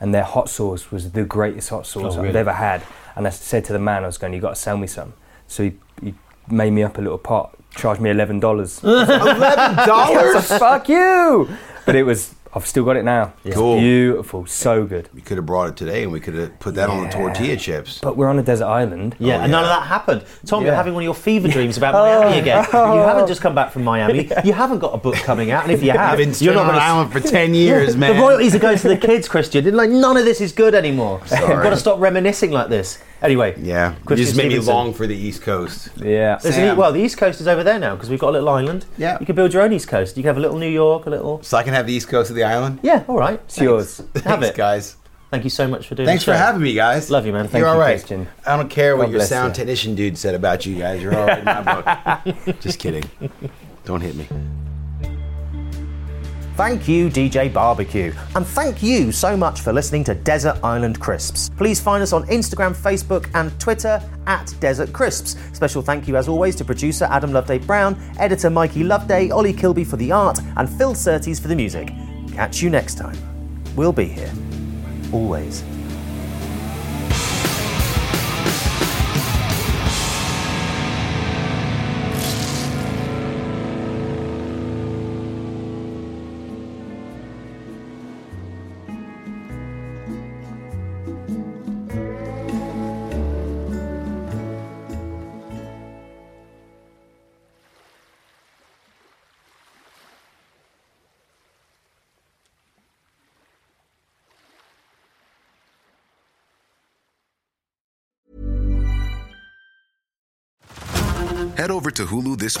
and their hot sauce was the greatest hot sauce
Oh, really?
I've ever had. And I said to the man, I was going, "You got to sell me some." So he, he made me up a little pot, charged me eleven dollars.
(laughs) Eleven dollars?
Fuck you! But it was. I've still got it now. It's
Cool.
Beautiful. So good.
We could have brought it today, and we could have put that on the
Yeah.
tortilla chips.
But we're on a desert island.
Oh,
Yeah, and none of that happened. Tom, you're
Yeah.
having one of your fever dreams about
Oh.
Miami again.
(laughs)
You
Oh.
haven't just come back from Miami. You haven't got a book coming out, and if you have,
You've been
you're not
on
going
an
to (laughs)
island for 10 (laughs) years, man.
The royalties are going
(laughs)
to the kids, Christian. Like none of this is good anymore. (laughs) We've
Sorry.
got to stop reminiscing like this. Anyway,
Yeah, you
Christian
just made me
Stevenson.
long for the East Coast.
Yeah.
There's an e- well, the East Coast is over there now because we've got a little island.
Yeah.
You can build your own East Coast. You can have a little New York, a little.
So I can have the East Coast of the island.
Yeah, all right.
It's yours.
Have
Thanks,
it.
guys.
Thank you so much for doing
Thanks
the
for
show.
having me, guys.
Love you, man. Thank
you're all
you,
right.
Christian.
I don't care what
God
your
bless
sound
you.
technician dude said about you guys. You're all right in my
(laughs)
book. Just kidding. Don't hit me.
Thank you, DJ Barbecue. And thank you so much for listening to Desert Island Crisps. Please find us on Instagram, Facebook, and Twitter at Desert Crisps. Special thank you, as always, to producer Adam Loveday Brown, editor Mikey Loveday, Ollie Kilby for the art, and Phil Surtees for the music. Catch you next time. We'll be here. Always.
Head over to Hulu this